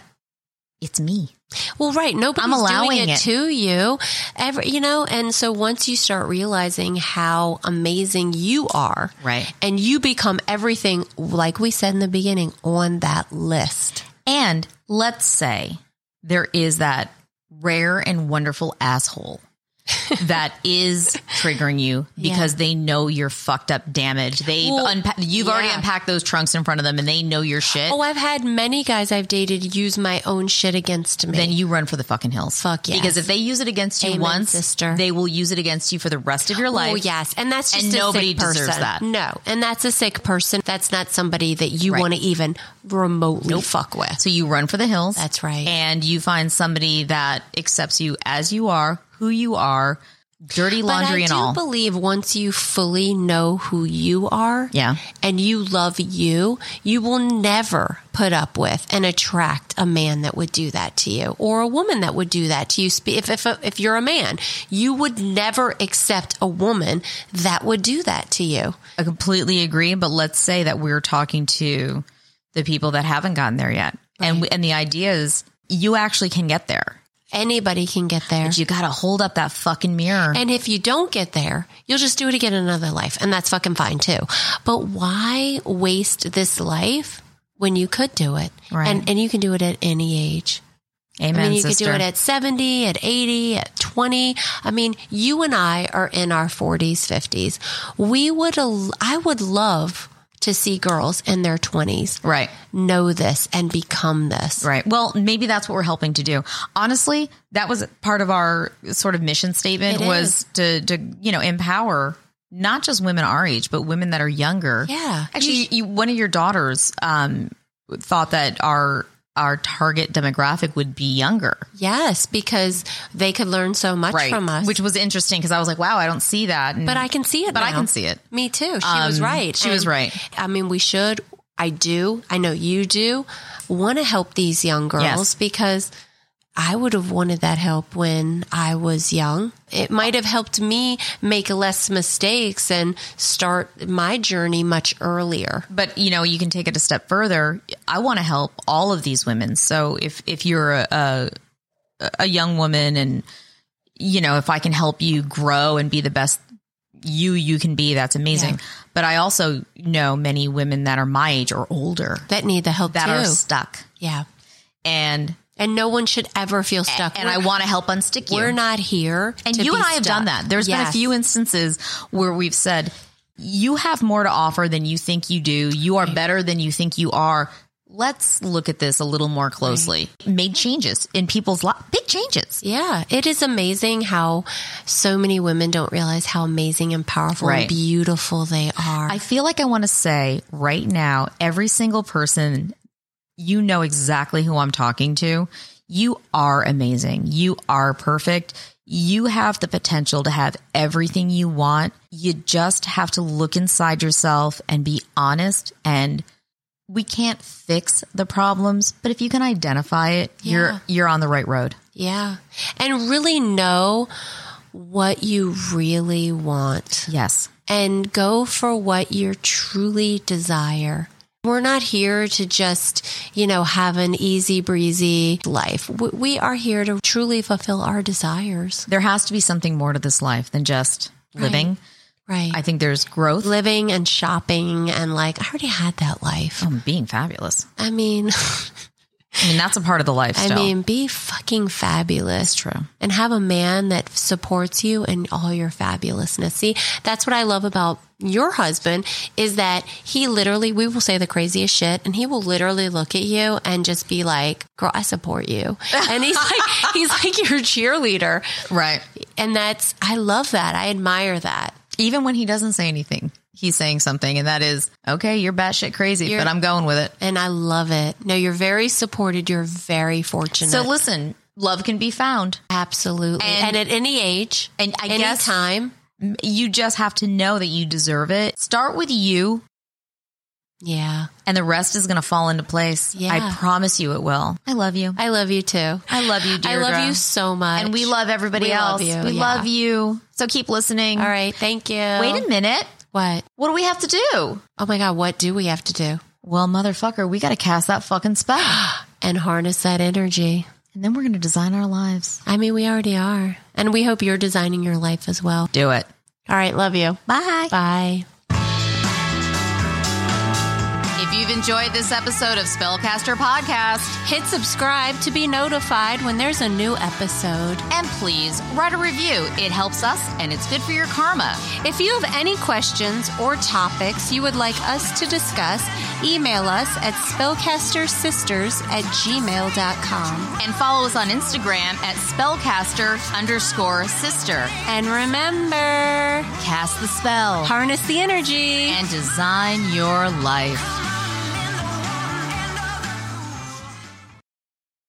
Speaker 1: it's me.
Speaker 2: Well, right. Nobody's
Speaker 1: I'm allowing
Speaker 2: doing it,
Speaker 1: it.
Speaker 2: to you. Every, you know, and so once you start realizing how amazing you are,
Speaker 1: Right.
Speaker 2: and you become everything, like we said in the beginning, on that list.
Speaker 1: And let's say there is that rare and wonderful
Speaker 2: (laughs)
Speaker 1: asshole that is triggering you because they know you're fucked up damaged. They've
Speaker 2: Well,
Speaker 1: unpa- you've already
Speaker 2: yeah.
Speaker 1: unpacked those trunks in front of them and they know your shit.
Speaker 2: Oh, I've had many guys I've dated use my own shit against me.
Speaker 1: then you run for the fucking hills.
Speaker 2: Fuck yes.
Speaker 1: Because if they use it against you
Speaker 2: Amen,
Speaker 1: once,
Speaker 2: sister.
Speaker 1: they will use it against you for the rest of your life.
Speaker 2: Oh yes, and that's just
Speaker 1: And
Speaker 2: a
Speaker 1: nobody
Speaker 2: sick
Speaker 1: deserves
Speaker 2: person.
Speaker 1: that.
Speaker 2: No, and that's a sick person. That's not somebody that you
Speaker 1: Right.
Speaker 2: want to even remotely fuck with.
Speaker 1: So you run for the hills.
Speaker 2: That's right.
Speaker 1: And you find somebody that accepts you as you are, who you are, dirty laundry
Speaker 2: but I
Speaker 1: and
Speaker 2: do
Speaker 1: all.
Speaker 2: believe once you fully know who you are,
Speaker 1: Yeah.
Speaker 2: and you love you, you will never put up with and attract a man that would do that to you or a woman that would do that to you. Spe- If if if you're a man, you would never accept a woman that would do that to you.
Speaker 1: I completely agree, but let's say that we're talking to the people that haven't gotten there yet, and we, and the idea is you actually can get there.
Speaker 2: Anybody can get there.
Speaker 1: You got to hold up that fucking mirror.
Speaker 2: And if you don't get there, you'll just do it again in another life. And that's fucking fine too. But why waste this life when you could do it?
Speaker 1: Right.
Speaker 2: And, and you can do it at any age.
Speaker 1: Amen,
Speaker 2: I mean, you
Speaker 1: sister.
Speaker 2: could do it at 70, at 80, at 20. I mean, you and I are in our 40s, 50s. We would, al- I would love to see girls in their 20s
Speaker 1: right,
Speaker 2: know this and become this.
Speaker 1: right. Well, maybe that's what we're helping to do. Honestly, that was part of our sort of mission statement
Speaker 2: It
Speaker 1: was to to you know empower not just women our age, but women that are younger.
Speaker 2: Yeah.
Speaker 1: Actually, you, one of your daughters um, thought that our our target demographic would be younger,
Speaker 2: Yes, because they could learn so much from us.
Speaker 1: Which was interesting because I was like, wow, I don't see that. And-
Speaker 2: but I can see it.
Speaker 1: but I
Speaker 2: now.
Speaker 1: can see it.
Speaker 2: Me too. She was
Speaker 1: Um,
Speaker 2: right.
Speaker 1: she was right.
Speaker 2: I mean, we should. I do. I know you do. Want to help these young girls
Speaker 1: Yes.
Speaker 2: because I would have wanted that help when I was young. It might have helped me make less mistakes and start my journey much earlier.
Speaker 1: but you know you can take it a step further i want to help all of these women so if if you're a a, a young woman and you know if i can help you grow and be the best you you can be that's amazing but i also know many women that are my age or older
Speaker 2: That need the help
Speaker 1: that
Speaker 2: too.
Speaker 1: are stuck
Speaker 2: yeah.
Speaker 1: and
Speaker 2: And no one should ever feel stuck.
Speaker 1: and
Speaker 2: we're,
Speaker 1: i want to help unstick you
Speaker 2: we're not here.
Speaker 1: and
Speaker 2: to
Speaker 1: you
Speaker 2: be
Speaker 1: and i have
Speaker 2: stuck.
Speaker 1: done that There's been a
Speaker 2: Yes.
Speaker 1: few instances where we've said you have more to offer than you think you do you are better than you think you are let's look at this a little more closely made changes in people's lives big changes
Speaker 2: Yeah, it is amazing how so many women don't realize how amazing and powerful
Speaker 1: Right.
Speaker 2: and beautiful they are.
Speaker 1: i feel like i want to say right now every single person you know exactly who i'm talking to you are amazing you are perfect you have the potential to have everything you want you just have to look inside yourself and be honest and we can't fix the problems, but if you can identify it,
Speaker 2: Yeah.
Speaker 1: you're you're on the right road.
Speaker 2: yeah. And really know what you really want
Speaker 1: Yes.
Speaker 2: and go for what you truly desire. We're not here to just, you know, have an easy breezy life. W- We are here to truly fulfill our desires.
Speaker 1: There has to be something more to this life than just living.
Speaker 2: Right.
Speaker 1: I think there's growth
Speaker 2: Living and shopping and like, I already had that life.
Speaker 1: from being fabulous.
Speaker 2: I mean, (laughs)
Speaker 1: I mean, that's a part of the life
Speaker 2: I
Speaker 1: still.
Speaker 2: mean, be fucking fabulous.
Speaker 1: true.
Speaker 2: And have a man that supports you in all your fabulousness. See, that's what I love about your husband is that he literally, we will say the craziest shit and he will literally look at you and just be like, girl, I
Speaker 1: (laughs)
Speaker 2: support you. And he's like, he's like your cheerleader.
Speaker 1: right.
Speaker 2: And that's, I love that. I admire that.
Speaker 1: Even when he doesn't say anything, he's saying something, and that is, okay, you're batshit crazy,
Speaker 2: You're-
Speaker 1: but I'm going with it.
Speaker 2: And I love it. No, you're very supported. You're very fortunate.
Speaker 1: So listen, love can be found.
Speaker 2: absolutely. And,
Speaker 1: And-
Speaker 2: at any age,
Speaker 1: and I
Speaker 2: any
Speaker 1: guess-
Speaker 2: time.
Speaker 1: You just have to know that you deserve it. Start with you,
Speaker 2: Yeah.
Speaker 1: and the rest is going to fall into place.
Speaker 2: Yeah.
Speaker 1: I promise you it will. I love you.
Speaker 2: I love you too.
Speaker 1: I love you, Deirdre.
Speaker 2: I love you so much.
Speaker 1: And we love everybody
Speaker 2: We love
Speaker 1: else.
Speaker 2: you,
Speaker 1: we
Speaker 2: yeah.
Speaker 1: love you. So keep listening.
Speaker 2: All right. Thank you.
Speaker 1: Wait a minute.
Speaker 2: What?
Speaker 1: What do we have to do?
Speaker 2: Oh my God. What do we have to do?
Speaker 1: Well, motherfucker, we got to cast that fucking spell. (gasps)
Speaker 2: And harness that energy.
Speaker 1: and then we're going to design our lives.
Speaker 2: I mean, we already are. And we hope you're designing your life as well.
Speaker 1: Do it.
Speaker 2: All right. Love you.
Speaker 1: Bye.
Speaker 2: Bye.
Speaker 1: If you've enjoyed this episode of Spellcaster Podcast,
Speaker 2: Hit subscribe to be notified when there's a new episode.
Speaker 1: and please write a review. It helps us and it's good for your karma.
Speaker 2: If you have any questions or topics you would like us to discuss, email us at spellcastersisters at gmail.com.
Speaker 1: And follow us on Instagram at Spellcaster underscore sister.
Speaker 2: And remember,
Speaker 1: Cast the spell
Speaker 2: harness the energy.
Speaker 1: and design your life.